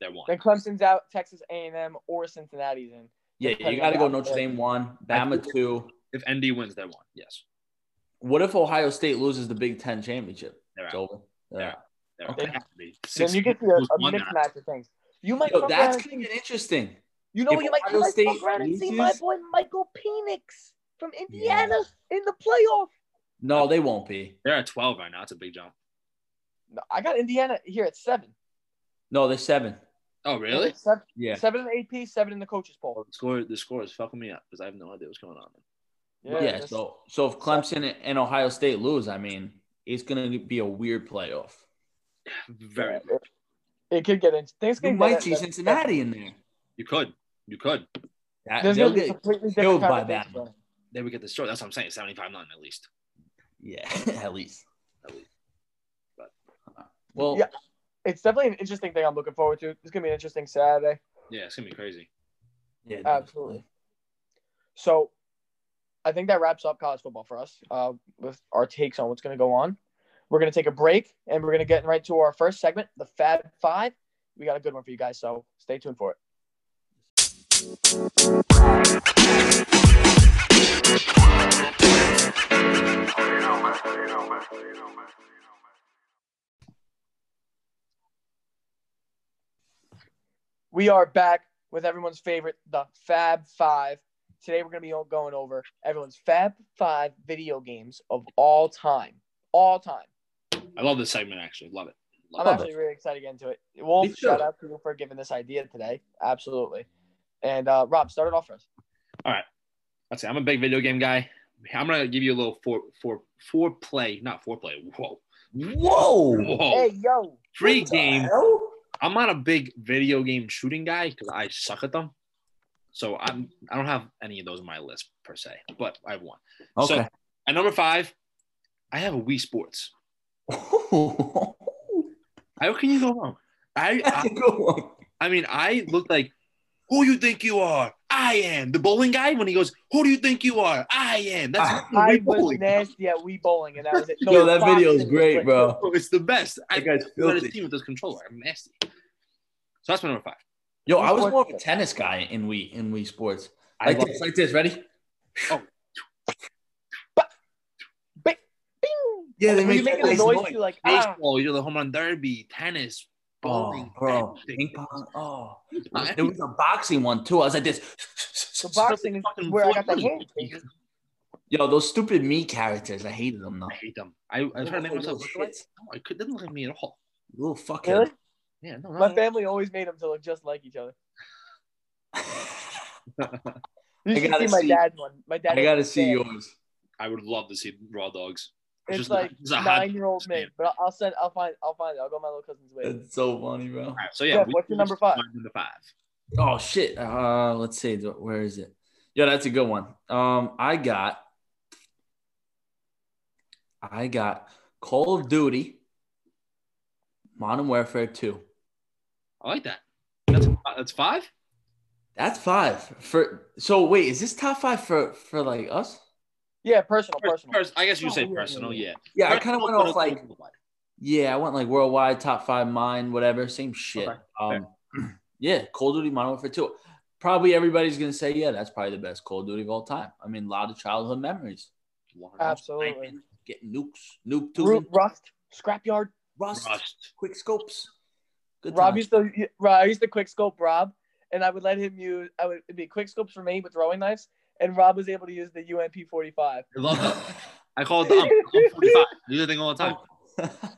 Speaker 2: They're one.
Speaker 1: Then Clemson's out, Texas A&M or Cincinnati's in.
Speaker 3: yeah, you
Speaker 1: Depending
Speaker 3: got to
Speaker 1: on
Speaker 3: go
Speaker 1: how-
Speaker 3: Notre Dame one, Bama two.
Speaker 2: If ND wins, they're one. Yes.
Speaker 3: What if Ohio State loses the Big Ten championship?
Speaker 2: They're
Speaker 3: It's
Speaker 2: out.
Speaker 3: over. They're
Speaker 2: Yeah.
Speaker 3: out.
Speaker 2: They're out.
Speaker 1: Okay.
Speaker 2: They have to be.
Speaker 1: Then
Speaker 2: Six
Speaker 1: you get to
Speaker 2: who's
Speaker 1: a, a
Speaker 2: won that?
Speaker 1: mismatch of things. You might
Speaker 3: Yo,
Speaker 1: fuck
Speaker 3: that's
Speaker 1: around-
Speaker 3: gonna get interesting.
Speaker 1: you know
Speaker 3: if
Speaker 1: what you might, you
Speaker 3: Ohio
Speaker 1: might
Speaker 3: State
Speaker 1: fuck around and see my
Speaker 3: loses-
Speaker 1: boy Michael Penix from
Speaker 3: Yeah.
Speaker 1: Indiana in the playoff.
Speaker 3: No, they won't be.
Speaker 2: They're at 12 right now. It's a big jump.
Speaker 1: No, I got Indiana here at seven.
Speaker 3: No, they're seven.
Speaker 2: Oh, really?
Speaker 1: Seven,
Speaker 3: Yeah.
Speaker 1: seven in the AP, seven in the coaches poll.
Speaker 2: Oh, The score, the score is fucking me up because I have no idea what's going on.
Speaker 3: Yeah.
Speaker 1: that's-
Speaker 3: so so if Clemson and Ohio State lose, I mean, it's gonna be a weird playoff.
Speaker 2: Very.
Speaker 1: it, it could get in. Things
Speaker 3: You
Speaker 1: could
Speaker 3: might
Speaker 1: get
Speaker 3: see Cincinnati in there.
Speaker 2: You could. You could.
Speaker 3: That-
Speaker 1: There's
Speaker 3: they'll
Speaker 1: gonna be a
Speaker 3: get,
Speaker 1: completely different
Speaker 3: killed by
Speaker 1: by
Speaker 3: that.
Speaker 1: that.
Speaker 2: They would get the short. That's what I'm saying. 75 9 at least.
Speaker 3: yeah, at least. uh,
Speaker 2: At least. But-
Speaker 3: Well,
Speaker 1: Yeah. It's definitely an interesting thing I'm looking forward to. It's gonna be an interesting Saturday.
Speaker 2: Yeah, it's gonna be crazy.
Speaker 3: yeah,
Speaker 1: Absolutely. So, I think that wraps up college football for us uh, with our takes on what's going to go on. We're going to take a break and we're going to get right to our first segment, the Fab Five. We got a good one for you guys, so stay tuned for it. We are back with everyone's favorite, the Fab Five. Today we're going to be going over everyone's Fab Five video games of all time. All time.
Speaker 2: I love this segment actually. Love it.
Speaker 1: I'm
Speaker 2: Love
Speaker 3: Love
Speaker 1: actually really excited to get into it. Wolf,
Speaker 3: Me too.
Speaker 1: shout out to you for giving this idea today. Absolutely. And uh, Rob, start it off for us.
Speaker 2: Let's see. I'm a big video game guy. I'm gonna give you a little for for for play, not foreplay. Whoa,
Speaker 3: Whoa.
Speaker 2: whoa,
Speaker 1: Hey, yo.
Speaker 2: free
Speaker 3: What the
Speaker 2: game.
Speaker 3: hell?
Speaker 2: I'm not a big video game shooting guy because I suck at them. So I'm I don't have any of those on my list per se, but I have one.
Speaker 3: Okay.
Speaker 2: So at number five, I have a Wii Sports. How can you go wrong? I, I
Speaker 3: Go on.
Speaker 2: I mean, I look like who you think you are. I am the bowling guy when he goes, "Who do you think you are? I am." That's
Speaker 3: Ah.
Speaker 2: fucking
Speaker 1: I
Speaker 2: Wii
Speaker 1: was
Speaker 2: bowling.
Speaker 1: nasty at Wii Bowling, and that was it.
Speaker 3: Yo, that
Speaker 1: boxing
Speaker 3: video is
Speaker 1: was
Speaker 3: great, bro.
Speaker 2: Oh, It's the best. I
Speaker 3: That guy's
Speaker 2: got a
Speaker 3: filthy.
Speaker 2: team with this controller. I'm nasty. So that's my number five.
Speaker 3: Yo, I was more of a tennis guy in Wii in Wii Sports.
Speaker 2: I
Speaker 3: Like
Speaker 2: love
Speaker 3: this, like this. Ready?
Speaker 1: Oh. Bing!
Speaker 3: Yeah, they
Speaker 1: Were
Speaker 3: make
Speaker 1: you making
Speaker 3: that
Speaker 1: a
Speaker 3: nice
Speaker 1: noise,
Speaker 3: noise.
Speaker 1: too, like, ah.
Speaker 2: baseball. You do the home run derby, tennis,
Speaker 3: Oh,
Speaker 2: bowling,
Speaker 3: bro,
Speaker 2: everything.
Speaker 3: ping pong. Oh,
Speaker 2: I-
Speaker 3: there was a boxing one too. I was like this.
Speaker 1: The boxing is
Speaker 2: Fucking
Speaker 1: where I got the
Speaker 2: Floyd.
Speaker 1: hand. baby.
Speaker 3: Yo, those stupid me characters. I hated them though.
Speaker 2: I hate them. I, I was trying to make
Speaker 3: Little
Speaker 2: myself look like.
Speaker 3: shits.
Speaker 2: No, I could, didn't look at me at all.
Speaker 3: Little fucking.
Speaker 1: Really?
Speaker 2: Yeah, no, no,
Speaker 1: My
Speaker 2: no.
Speaker 1: family always made them to look just like each other.
Speaker 3: I
Speaker 1: You should
Speaker 3: gotta
Speaker 1: see my
Speaker 3: see-
Speaker 1: dad's one. My dad.
Speaker 3: I gotta see yours.
Speaker 2: I would love to see raw dogs.
Speaker 1: It's
Speaker 2: Just-
Speaker 1: like
Speaker 2: just a hot-
Speaker 1: nine-year-old me, but I'll- I'll send. I'll find. I'll find it. I'll go my little cousin's way.
Speaker 3: It's so funny, bro.
Speaker 2: All right, so yeah,
Speaker 1: Jeff,
Speaker 2: we-
Speaker 1: what's your number five?
Speaker 2: my Number five.
Speaker 3: Oh shit. Uh, let's see. th- Where is it? Yo, that's a good one. Um, I got. I got Call of Duty. Modern Warfare Two.
Speaker 2: I like that. That's that's five.
Speaker 3: That's five for. So wait, is this top five for for like us?
Speaker 1: Yeah, personal,
Speaker 2: First,
Speaker 1: personal.
Speaker 2: I guess you
Speaker 1: No,
Speaker 2: say
Speaker 1: yeah,
Speaker 2: personal. Yeah.
Speaker 3: Yeah, I
Speaker 2: First,
Speaker 3: kind of went
Speaker 2: personal,
Speaker 3: off like
Speaker 2: personal.
Speaker 3: yeah, I went like worldwide top five, mine, whatever, same shit.
Speaker 2: Okay,
Speaker 3: Um, yeah, Call of Duty Modern Warfare Two. Probably everybody's gonna say yeah, that's probably the best Call of Duty of all time. I mean, a lot of childhood memories.
Speaker 1: Absolutely.
Speaker 3: Getting nukes, nuke
Speaker 1: Ru-
Speaker 3: tubing,
Speaker 1: Rust, scrapyard.
Speaker 3: rust,
Speaker 2: Rust.
Speaker 3: quick scopes. Good
Speaker 1: Rob used
Speaker 3: times.
Speaker 1: to. Rob, I used to quick scope Rob, and I would let him use. I would it'd be quick scopes for me with throwing knives, and Rob was able to use the UMP forty five.
Speaker 2: I love that. I call it the ump. Ump 45. I do the thing all the time.
Speaker 1: Oh.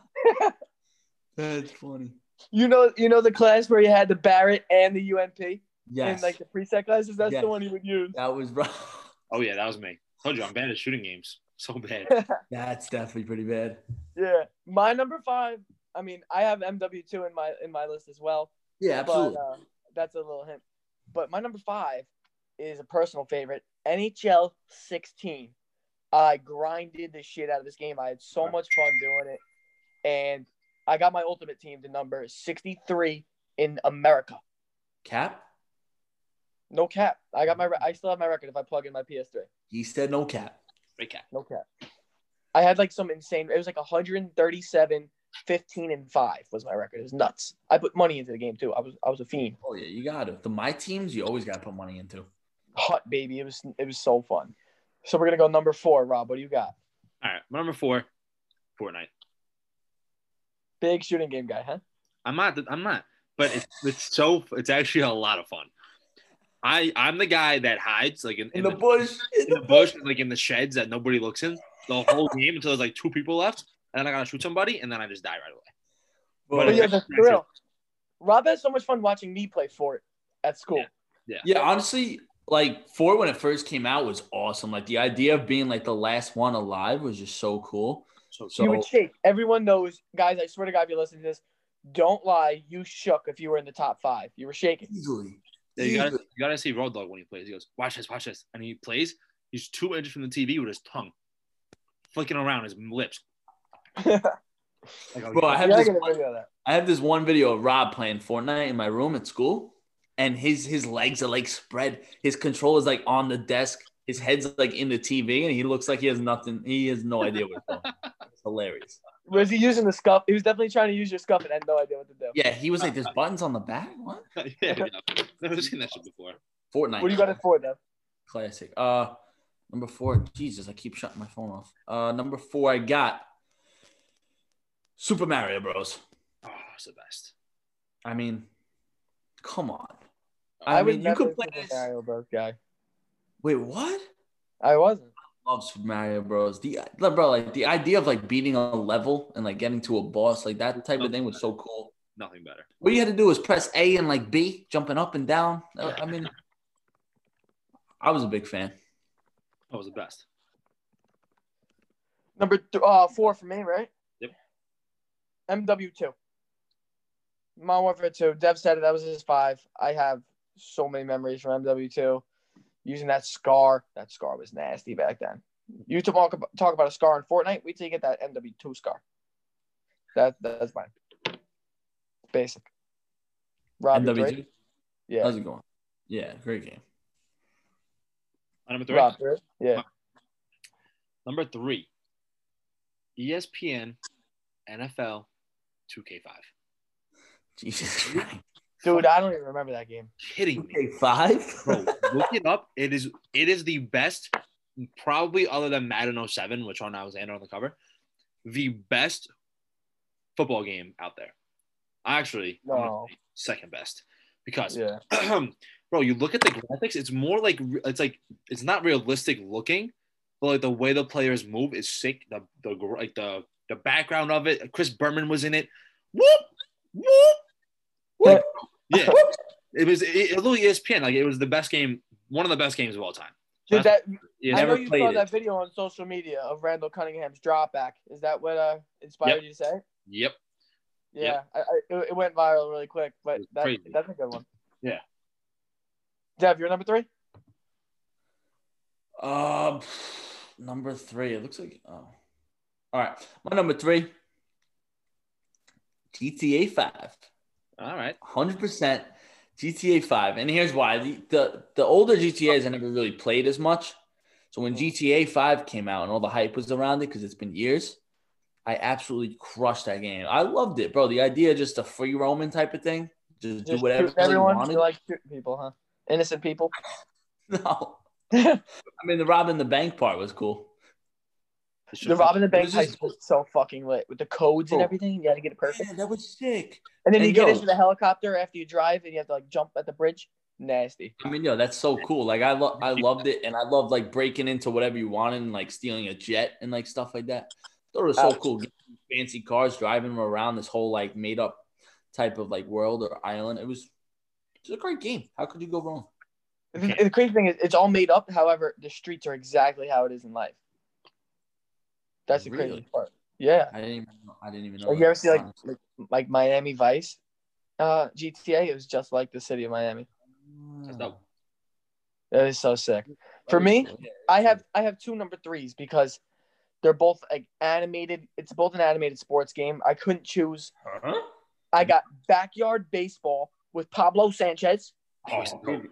Speaker 3: That's funny.
Speaker 1: You know, you know the class where you had the Barrett and the UMP
Speaker 3: Yes,
Speaker 1: in like the preset classes. That's
Speaker 3: Yes.
Speaker 1: the one he would use.
Speaker 3: that was rough.
Speaker 2: Oh yeah, that was me. Told you I'm bad at shooting games. So bad.
Speaker 3: That's definitely pretty bad.
Speaker 1: Yeah, my number five. I mean, I have MW two in my in my list as well.
Speaker 3: Yeah, absolutely.
Speaker 1: But uh, that's a little hint. But my number five is a personal favorite, NHL 16. I grinded the shit out of this game. I had so much fun doing it, and I got my ultimate team to number sixty-three in America.
Speaker 3: Cap?
Speaker 1: No cap. I got my. Re- I still have my record if I plug in my PS3.
Speaker 3: He said no cap.
Speaker 2: Great cat.
Speaker 1: No cap. I had like some insane. It was like 137, 15, and five was my record. It was nuts. I put money into the game too. I was I was a fiend.
Speaker 3: Oh yeah, you got it. The my teams, you always got to put money into.
Speaker 1: Hot baby. It was it was so fun. So we're gonna go number four. Rob, what do you got?
Speaker 2: All right, my number four, Fortnite.
Speaker 1: Big shooting game guy, huh?
Speaker 2: I'm not. I'm not. But it's, it's so. It's actually a lot of fun. I I'm the guy that hides like in,
Speaker 3: In the bush.
Speaker 2: in the bush, like in the sheds that nobody looks in the whole game until there's like two people left, and then I gotta shoot somebody, and then I just die right away.
Speaker 1: But,
Speaker 3: Oh,
Speaker 2: But
Speaker 1: yeah,
Speaker 2: it's-
Speaker 1: that's real. Rob has so much fun watching me play Fort at school.
Speaker 3: Yeah, honestly, like Fort when it first came out was awesome. Like the idea of being like the last one alive was just so cool.
Speaker 2: So, so
Speaker 3: So-
Speaker 1: you would shake. Everyone knows, guys. I swear to God, if you're listening to this, don't lie. You shook if you were in the top five. You were shaking.
Speaker 3: Easily.
Speaker 2: you, gotta,
Speaker 3: Easily.
Speaker 2: you gotta see Road Dog when he plays. He goes, "Watch this, watch this," and he plays. He's two inches from the TV with his tongue flicking around his lips. like, oh,
Speaker 3: Bro, I
Speaker 2: yeah.
Speaker 3: have
Speaker 1: Yeah, I
Speaker 3: this
Speaker 1: get a
Speaker 3: one-
Speaker 1: video of that.
Speaker 3: I have this one video of Rob playing Fortnite in my room at school, and his his legs are like spread. His control is like on the desk. His head's like in the TV, and he looks like he has nothing. He has no idea what's going. on. It's hilarious.
Speaker 1: Was he using the scuff? He was definitely trying to use your scuff and had no idea what to do.
Speaker 3: Yeah, he was like, "There's buttons on the back." What?
Speaker 2: yeah, yeah. Never seen that shit before.
Speaker 3: Fortnite.
Speaker 1: What do you got it for though?
Speaker 3: Classic. Uh, number four. Jesus, I keep shutting my phone off. Uh, number four. I got Super Mario Bros.
Speaker 2: Oh, it's the best.
Speaker 3: I mean, come on.
Speaker 1: I,
Speaker 3: I,
Speaker 1: was
Speaker 3: mean, you
Speaker 1: never
Speaker 3: could
Speaker 1: a
Speaker 3: play
Speaker 1: Super
Speaker 3: this.
Speaker 1: Mario Bros. guy.
Speaker 3: Wait, what?
Speaker 1: I wasn't.
Speaker 3: love Super Mario Bros. The like, bro, like the idea of like beating a level and like getting to a boss, like that type of thing was so cool.
Speaker 2: Nothing better.
Speaker 3: What you had to do was press A and like B, jumping up and down. Uh, I mean, I was a big fan.
Speaker 2: That was the best.
Speaker 1: Number th- uh, four for me, right?
Speaker 2: Yep.
Speaker 1: MW2. Modern Warfare 2. Dev said it. That was his five. I have so many memories from MW2. Using that scar. That scar was nasty back then. You talk about, talk about a scar in Fortnite. Wait till you get that MW2 scar. That That's mine. Basic. Rob, you're
Speaker 3: MW2,
Speaker 1: great. Yeah.
Speaker 3: how's it going? Yeah, great game.
Speaker 2: My Uh, number three.
Speaker 1: Rob, you're great. yeah.
Speaker 2: Number three. E ESPN, NFL, 2K5.
Speaker 3: Jesus Christ.
Speaker 1: Dude, I don't even remember that game.
Speaker 2: Kidding me.
Speaker 3: Okay, five.
Speaker 2: Bro, look it up. It is it is the best, probably other than Madden 07, which on Alexander on the cover, the best football game out there. Actually, I'm gonna
Speaker 1: No.
Speaker 2: say second best because
Speaker 1: Yeah.
Speaker 2: bro, you look at the graphics. It's more like re- it's like it's not realistic looking, but like the way the players move is sick. The the gr- like the the background of it. Chris Berman was in it. Whoop whoop whoop. Yeah, it was. It, E it looked ESPN. Like it was the best game, one of the best games of all time.
Speaker 1: Dude, that
Speaker 2: Yeah,
Speaker 1: I
Speaker 3: never
Speaker 1: know you
Speaker 3: played
Speaker 1: saw
Speaker 3: it.
Speaker 1: that video on social media of Randall Cunningham's drop back. Is that what uh, inspired
Speaker 2: Yep.
Speaker 1: you to say? it?
Speaker 2: yep.
Speaker 1: Yeah,
Speaker 2: Yep.
Speaker 1: I, I, it- it went viral really quick, but
Speaker 2: It's
Speaker 1: that,
Speaker 2: crazy.
Speaker 1: that's a good one.
Speaker 2: Yeah.
Speaker 1: Dev, you're number three.
Speaker 3: Um, number three. It looks like oh, all right. My number three. GTA Five.
Speaker 2: All right.
Speaker 3: hundred percent GTA Five, and here's why: the, the the older GTA's I never really played as much. So when GTA Five came out and all the hype was around it, because it's been years, I absolutely crushed that game. I loved it, bro. The idea, just a free roaming type of thing, just, do
Speaker 1: Just
Speaker 3: whatever
Speaker 1: shoot
Speaker 3: you
Speaker 1: everyone.
Speaker 3: wanted.
Speaker 1: You like shooting people, huh? Innocent people.
Speaker 3: no, I mean the robbing the bank part was cool.
Speaker 2: It's
Speaker 1: The
Speaker 2: just-
Speaker 1: Robin the Bank
Speaker 3: was
Speaker 1: heist
Speaker 3: just-
Speaker 1: was so fucking lit with the codes and
Speaker 3: Bro.
Speaker 1: everything. You got to get it perfect,
Speaker 3: Yeah, that was sick.
Speaker 1: and then
Speaker 3: And
Speaker 1: you get
Speaker 3: yo-
Speaker 1: into the helicopter after you drive, and you have to like jump at the bridge. Nasty.
Speaker 3: I mean, yo, that's so cool. Like I love, I loved it, and I loved like breaking into whatever you wanted, and like stealing a jet and like stuff like that. Thought it was so
Speaker 1: Ouch.
Speaker 3: cool. Getting Fancy cars, driving them around this whole like made up type of like world or island. It was, it was a great game. How could you go wrong?
Speaker 1: The, the crazy thing is, it's all made up. However, the streets are exactly how it is in life. That's the
Speaker 3: Really?
Speaker 1: crazy part. Yeah.
Speaker 3: I didn't even, know, I didn't even know.
Speaker 1: Like, you
Speaker 3: that,
Speaker 1: ever see like,
Speaker 3: honestly.
Speaker 1: like like Miami Vice, uh, GTA? It was just like the city of Miami.
Speaker 2: That's dope.
Speaker 1: That is so sick. For me, I have I have two number threes because they're both like animated. It's both an animated sports game. I couldn't choose.
Speaker 2: Huh?
Speaker 1: I got backyard baseball with Pablo Sanchez.
Speaker 2: Oh, he's a goat.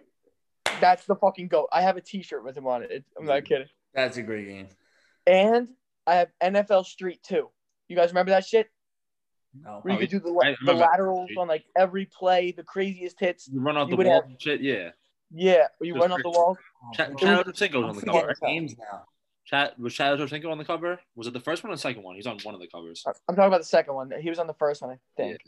Speaker 1: That's the fucking goat. I have a T-shirt with him on it. I'm not kidding.
Speaker 3: That's a great game.
Speaker 1: And I have NFL Street Two. You guys remember that shit?
Speaker 3: No.
Speaker 1: Where you
Speaker 2: Oh,
Speaker 1: could do the,
Speaker 2: I
Speaker 1: la- the
Speaker 2: remember.
Speaker 1: laterals on like every play, the craziest hits.
Speaker 2: You run off
Speaker 1: You
Speaker 2: the
Speaker 1: would
Speaker 2: ball
Speaker 1: have-
Speaker 2: and shit. Yeah.
Speaker 1: Yeah, or you
Speaker 2: Those
Speaker 1: run up the
Speaker 2: crazy-
Speaker 1: wall.
Speaker 2: Ch-
Speaker 3: Oh,
Speaker 2: Chad Ochocinco's on
Speaker 3: I'm
Speaker 2: the cover.
Speaker 3: forgetting
Speaker 2: right?
Speaker 3: games now.
Speaker 2: Chad was Chad Ochocinco on the cover? Was it the first one or the second one? He's on one of the covers.
Speaker 1: I'm talking about the second one. He was on the first one, I think.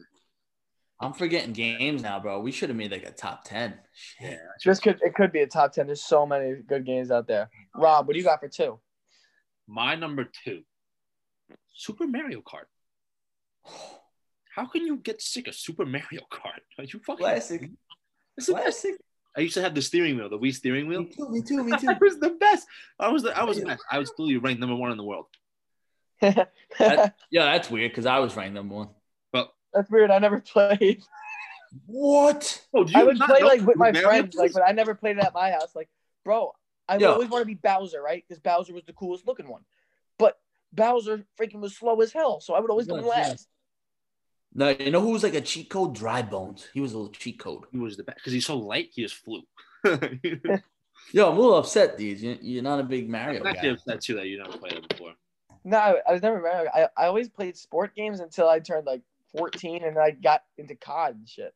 Speaker 3: I'm forgetting games now, bro. We should have made like a top ten.
Speaker 2: Yeah.
Speaker 3: Shit.
Speaker 1: This could it could be a top ten. There's so many good games out there. Rob, what do you got for two?
Speaker 2: My number two, Super Mario Kart. How can you get sick of Super Mario Kart? Are you fucking
Speaker 3: Classic.
Speaker 2: It's the best.
Speaker 3: Classic.
Speaker 2: I used to have the steering wheel, the Wii steering wheel.
Speaker 3: Me too. Me too. Me too.
Speaker 2: That was the best. I was the, I was the best. I was literally ranked number one in the world.
Speaker 1: That's
Speaker 3: Yeah, that's weird because I was ranked number one.
Speaker 1: weird. I never played.
Speaker 3: What?
Speaker 2: Oh, do
Speaker 1: I would
Speaker 2: not
Speaker 1: play
Speaker 2: know
Speaker 1: like with
Speaker 2: Super
Speaker 1: my
Speaker 2: Mario
Speaker 1: friends, like,
Speaker 2: is?
Speaker 1: but I never played it at my house. Like, bro, I would
Speaker 3: Yeah.
Speaker 1: always want to be Bowser, right? Because Bowser was the coolest looking one. But Bowser freaking was slow as hell, so I would always come
Speaker 3: Yeah, yeah.
Speaker 1: last.
Speaker 3: No, you know who was like a cheat code? Dry Bones. He was a little cheat code.
Speaker 2: he was the best because he's so light. He just flew.
Speaker 3: Yo, I'm a little upset, dude. You- You're not a big Mario
Speaker 2: I'm
Speaker 3: guy.
Speaker 2: actually upset too that you never played it before.
Speaker 1: No, I, I was never Mario. I, I always played sport games until I turned like 14, and I got into COD and shit.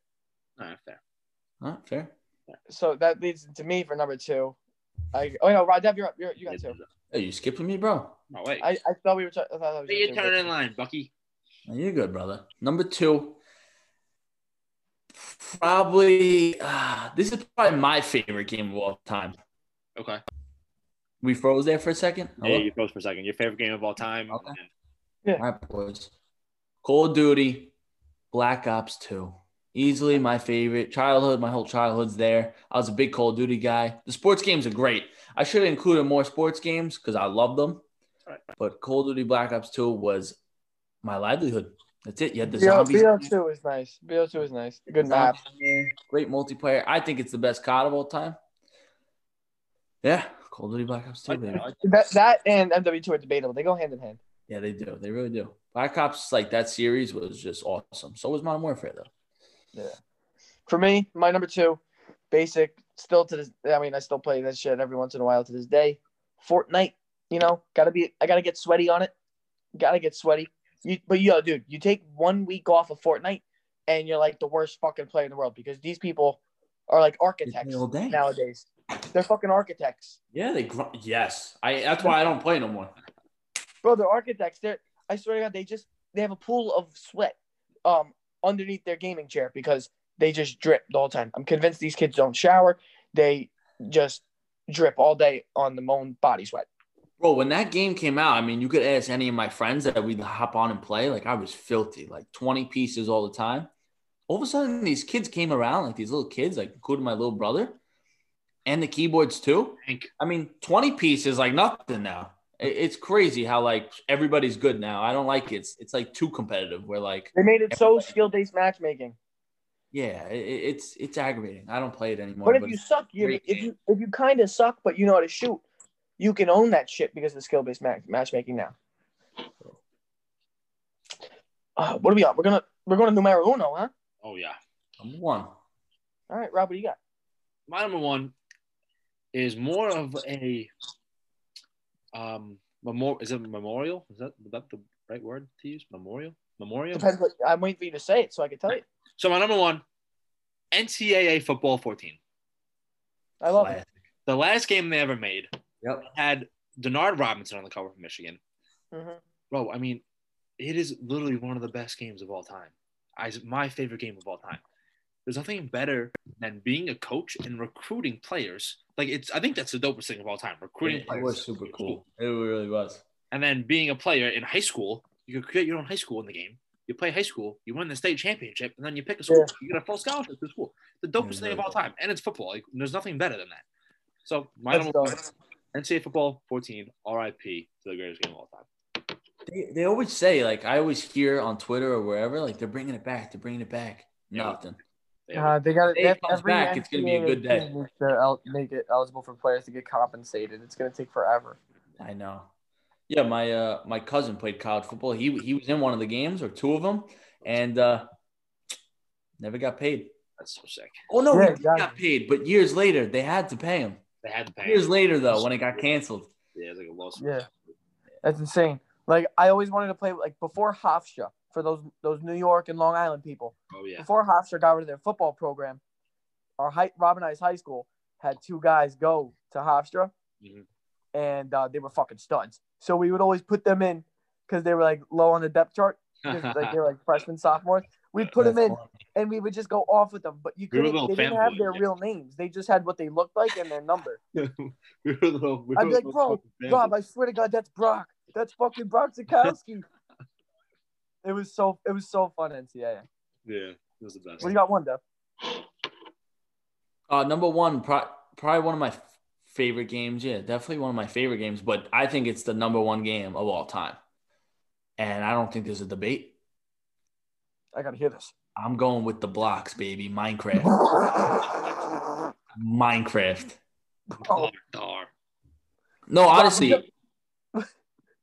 Speaker 2: All right, fair.
Speaker 3: Huh? Fair.
Speaker 1: So that leads to me for number two. I oh no, Rod, Dev, you're up. You're, you got two.
Speaker 3: Hey, you skipping me, bro?
Speaker 2: No way.
Speaker 1: I, I thought we were. talking. I thought that was
Speaker 2: Hey,
Speaker 1: your
Speaker 2: your
Speaker 1: two,
Speaker 2: turn
Speaker 1: but-
Speaker 2: in line, Bucky.
Speaker 3: No, You're good, brother. Number two, probably uh, this is probably my favorite game of all time.
Speaker 2: Okay.
Speaker 3: We froze there for a second.
Speaker 2: Yeah,
Speaker 3: Hello?
Speaker 2: you froze for a second. Your favorite game of all time.
Speaker 3: Okay.
Speaker 2: Yeah.
Speaker 3: All right, boys. Call of Duty, Black Ops 2. Easily my favorite. Childhood, my whole childhood's there. I was a big Call of Duty guy. The sports games are great. I should have included more sports games because I love them.
Speaker 2: Alright.
Speaker 3: But Call of Duty Black Ops 2 was my livelihood. That's it. You had the
Speaker 1: BO,
Speaker 3: zombies.
Speaker 1: BO2 is nice. BO2 is nice. Good map.
Speaker 3: Great multiplayer. I think it's the best COD of all time. Yeah, Call of Duty Black Ops 2, baby.
Speaker 2: I- I-
Speaker 1: That, that and MW2 are debatable. They go hand in hand.
Speaker 3: Yeah, they do. They really do. Black Ops, like that series was just awesome. So was Modern Warfare, though.
Speaker 1: For me, my number two, basic, still to this. I mean, I still play this shit every once in a while to this day. Fortnite, you know, gotta be. I gotta get sweaty on it. Gotta get sweaty. You, but yo, dude, you take one week off of Fortnite, and you're like the worst fucking player in the world because these people are like
Speaker 3: They play
Speaker 1: architects
Speaker 3: all day.
Speaker 1: nowadays. They're fucking architects.
Speaker 3: Yeah, they gr- yes. I that's why I don't play no more.
Speaker 1: bro they're architects they're i swear to god they just they have a pool of sweat um underneath their gaming chair because they just drip the whole time i'm convinced these kids don't shower they just drip all day on the moan body sweat
Speaker 3: Bro, when that game came out, I mean, you could ask any of my friends that we'd hop on and play. Like I was filthy, like 20 pieces all the time. All of a sudden, these kids came around, like these little kids, like including my little brother, and the keyboards too.
Speaker 2: Hank.
Speaker 3: I mean, 20 pieces like nothing now. It- It's crazy how like everybody's good now. I don't like it. It's, it's like too competitive. We're like,
Speaker 1: they made it so skill-based matchmaking
Speaker 3: yeah, it, it- it's it's aggravating. I don't play it anymore.
Speaker 1: but if
Speaker 3: but
Speaker 1: you suck you
Speaker 3: great
Speaker 1: if you if you kind of suck but you know how to shoot you can own that shit because of the skill-based match, matchmaking now uh, what are we on we're gonna we're gonna numero uno huh
Speaker 2: Oh yeah.
Speaker 3: number one.
Speaker 1: all right rob what do you got
Speaker 2: my number one is more of a um memorial. Is it memorial? Is that is that the right word to use? Memorial. Memorial.
Speaker 1: Depends what, I'm waiting for you to say it so I can tell you.
Speaker 2: So my number one, NCAA football fourteen,
Speaker 1: I love it.
Speaker 2: the last game they ever made.
Speaker 3: Yep.
Speaker 2: Had Denard Robinson on the cover from Michigan.
Speaker 1: Mhm.
Speaker 2: Bro, I mean, it is literally one of the best games of all time. I my favorite game of all time. There's nothing better than being a coach and recruiting players. Like it's, I think that's the dopest thing of all time. Recruiting
Speaker 3: It
Speaker 2: players.
Speaker 3: was super cool. It really was.
Speaker 2: and then being a player in high school, you could create your own high school in the game. You play high school, you win the state championship, and then you pick a school. You get a full scholarship to school. The dopest thing
Speaker 1: Mm-hmm.
Speaker 2: of all time, and it's football. Like, there's nothing better than that. So my
Speaker 1: That's
Speaker 2: number
Speaker 1: dope.
Speaker 2: one, NCAA football 14, RIP to the greatest game of all time.
Speaker 3: They, they always say like I always hear on Twitter or wherever like they're bringing it back. They're bringing it back. Nothing.
Speaker 2: They have-
Speaker 1: Uh, they got
Speaker 3: If
Speaker 1: they have
Speaker 3: comes back, it's gonna be a
Speaker 1: NCAA
Speaker 3: good day.
Speaker 1: team needs To el- make it eligible for players to get compensated. It's going to take forever.
Speaker 3: I know. Yeah, my uh my cousin played college football. He he was in one of the games or two of them, and uh never got paid.
Speaker 2: that's so sick.
Speaker 3: Oh no,
Speaker 1: Yeah,
Speaker 3: he did got
Speaker 1: exactly.
Speaker 3: paid, but years later they had to pay him.
Speaker 2: They had to pay.
Speaker 3: Years later though, when it got canceled,
Speaker 2: Yeah, it's like a loss.
Speaker 1: Yeah. That's insane. Like I always wanted to play like before Hofstra for those those New York and Long Island people.
Speaker 2: Oh yeah.
Speaker 1: Before Hofstra got rid of their football program, our high, Robin Ice High School had two guys go to Hofstra,
Speaker 2: Mhm.
Speaker 1: and uh, they were fucking studs. So we would always put them in because they were like low on the depth chart. 'cause, like they were like freshmen, sophomores. We'd put them in, and we would just go off with them. But you
Speaker 2: We were
Speaker 1: couldn't.
Speaker 2: little
Speaker 1: They didn't have their
Speaker 2: fanboys, yeah.
Speaker 1: real names. They just had what they looked like and their number.
Speaker 2: we were a little, we
Speaker 1: I'd
Speaker 2: were
Speaker 1: be like,
Speaker 2: little
Speaker 1: bro,
Speaker 2: fucking fans.
Speaker 1: Rob, I swear to God, that's Brock. That's fucking Brock Zakowski. it was so. It was so fun. NCAA.
Speaker 2: Yeah, it was the best.
Speaker 1: What do you got? One, Dev.
Speaker 3: Uh, number one, pro- probably one of my f- favorite games. Yeah, definitely one of my favorite games. But I think it's the number one game of all time, and I don't think there's a debate.
Speaker 1: I gotta hear this.
Speaker 3: I'm going with the blocks, baby. Minecraft, Minecraft.
Speaker 1: Oh.
Speaker 2: Dar.
Speaker 3: No, honestly.
Speaker 1: would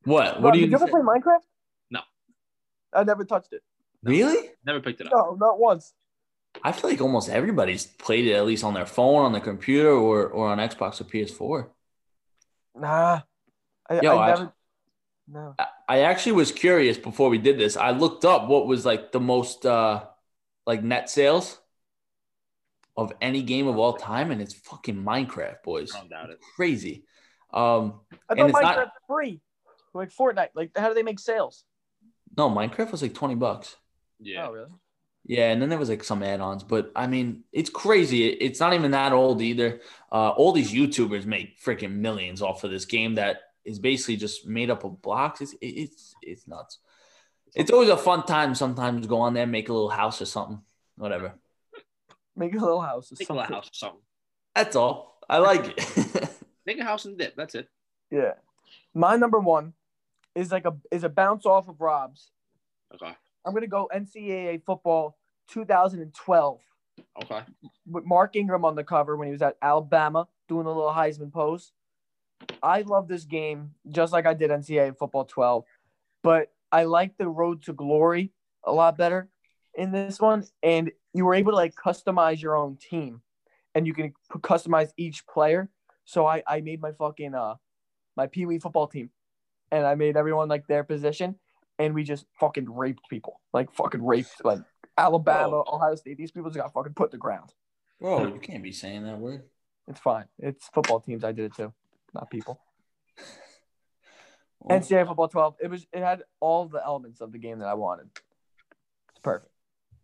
Speaker 3: What?
Speaker 1: Rob,
Speaker 3: What do you,
Speaker 1: did you ever play Minecraft?
Speaker 2: No.
Speaker 1: I never touched it.
Speaker 3: really?
Speaker 2: Never picked it up.
Speaker 1: No, not once.
Speaker 3: I feel like almost everybody's played it at least on their phone, on the computer, or or on Xbox or PS4.
Speaker 1: Nah. I,
Speaker 3: Yo,
Speaker 1: I
Speaker 3: I-
Speaker 1: never. No.
Speaker 3: I- I actually was curious before we did this. I looked up what was like the most uh like net sales of any game of all time, and it's fucking Minecraft, boys.
Speaker 2: I don't doubt it.
Speaker 3: Crazy. Um
Speaker 1: I
Speaker 3: And
Speaker 1: thought
Speaker 3: it's
Speaker 1: Minecraft
Speaker 3: not-
Speaker 1: was free, like Fortnite. Like, how do they make sales?
Speaker 3: no, Minecraft was like 20 bucks.
Speaker 2: Yeah.
Speaker 1: Oh, really?
Speaker 3: Yeah, and then there was like some add-ons, but I mean, it's crazy. It- It's not even that old either. Uh, all these YouTubers make freaking millions off of this game that is basically just made up of blocks. It's it- it's it's nuts. It's always a fun time. Sometimes go on there, make a little house or something, whatever.
Speaker 1: Make a little house. Or
Speaker 2: Make a
Speaker 1: something.
Speaker 2: house or something.
Speaker 3: That's all. I like it.
Speaker 2: Make a house and dip. That's it.
Speaker 1: Yeah. My number one is like a is a bounce off of Rob's.
Speaker 2: Okay.
Speaker 1: I'm gonna go NCAA football 2012
Speaker 2: Okay.
Speaker 1: with Mark Ingram on the cover when he was at Alabama doing a little Heisman pose. I love this game just like I did NCAA football 12, but I like the road to glory a lot better in this one. And you were able to like customize your own team, and you can p- customize each player. So I I made my fucking uh my Pee Wee football team, and I made everyone like their position, and we just fucking raped people like fucking raped like Alabama, Ohio State. These people just got fucking put to the ground.
Speaker 3: Bro, you can't be saying that word.
Speaker 1: It's fine. It's football teams. I did it too, not people.
Speaker 3: Well,
Speaker 1: NCAA football 12. It was. It had all the elements of the game that I wanted. It's perfect.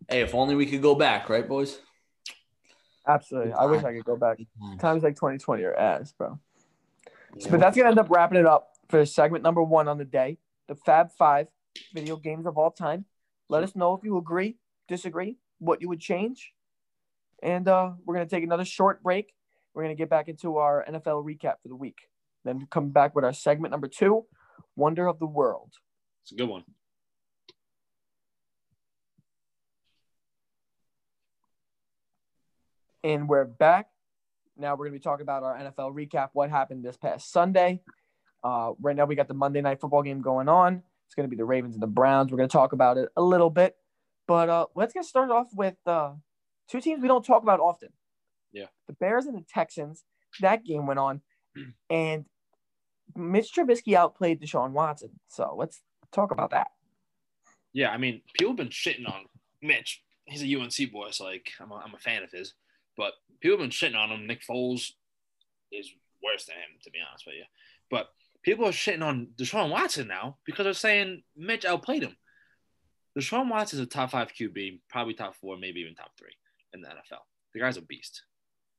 Speaker 3: hey, if only we could go back, right, boys?
Speaker 1: Absolutely. I wish I could go back. Times like 2020 are ass, bro. But that's gonna end up wrapping it up for segment number one on the day. The Fab Five video games of all time. Let us know if you agree, disagree, what you would change, and uh, we're gonna take another short break. We're gonna get back into our NFL recap for the week. Then come back with our segment number two, Wonder of the World.
Speaker 2: It's a good one.
Speaker 1: And we're back. Now we're going to be talking about our NFL recap, what happened this past Sunday. Uh, right now, we got the Monday night football game going on. It's going to be the Ravens and the Browns. We're going to talk about it a little bit. But uh, let's get started off with uh, two teams we don't talk about often.
Speaker 2: Yeah.
Speaker 1: The Bears and the Texans. That game went on. And Mitch Trubisky outplayed Deshaun Watson. So let's talk about that.
Speaker 2: Yeah, I mean, people have been shitting on Mitch. He's a UNC boy, so like, I'm a, I'm a fan of his. But people have been shitting on him. Nick Foles is worse than him, to be honest with you. But people are shitting on Deshaun Watson now because they're saying Mitch outplayed him. Deshaun Watson is a top five QB, probably top four, maybe even top three in the NFL. The guy's a beast.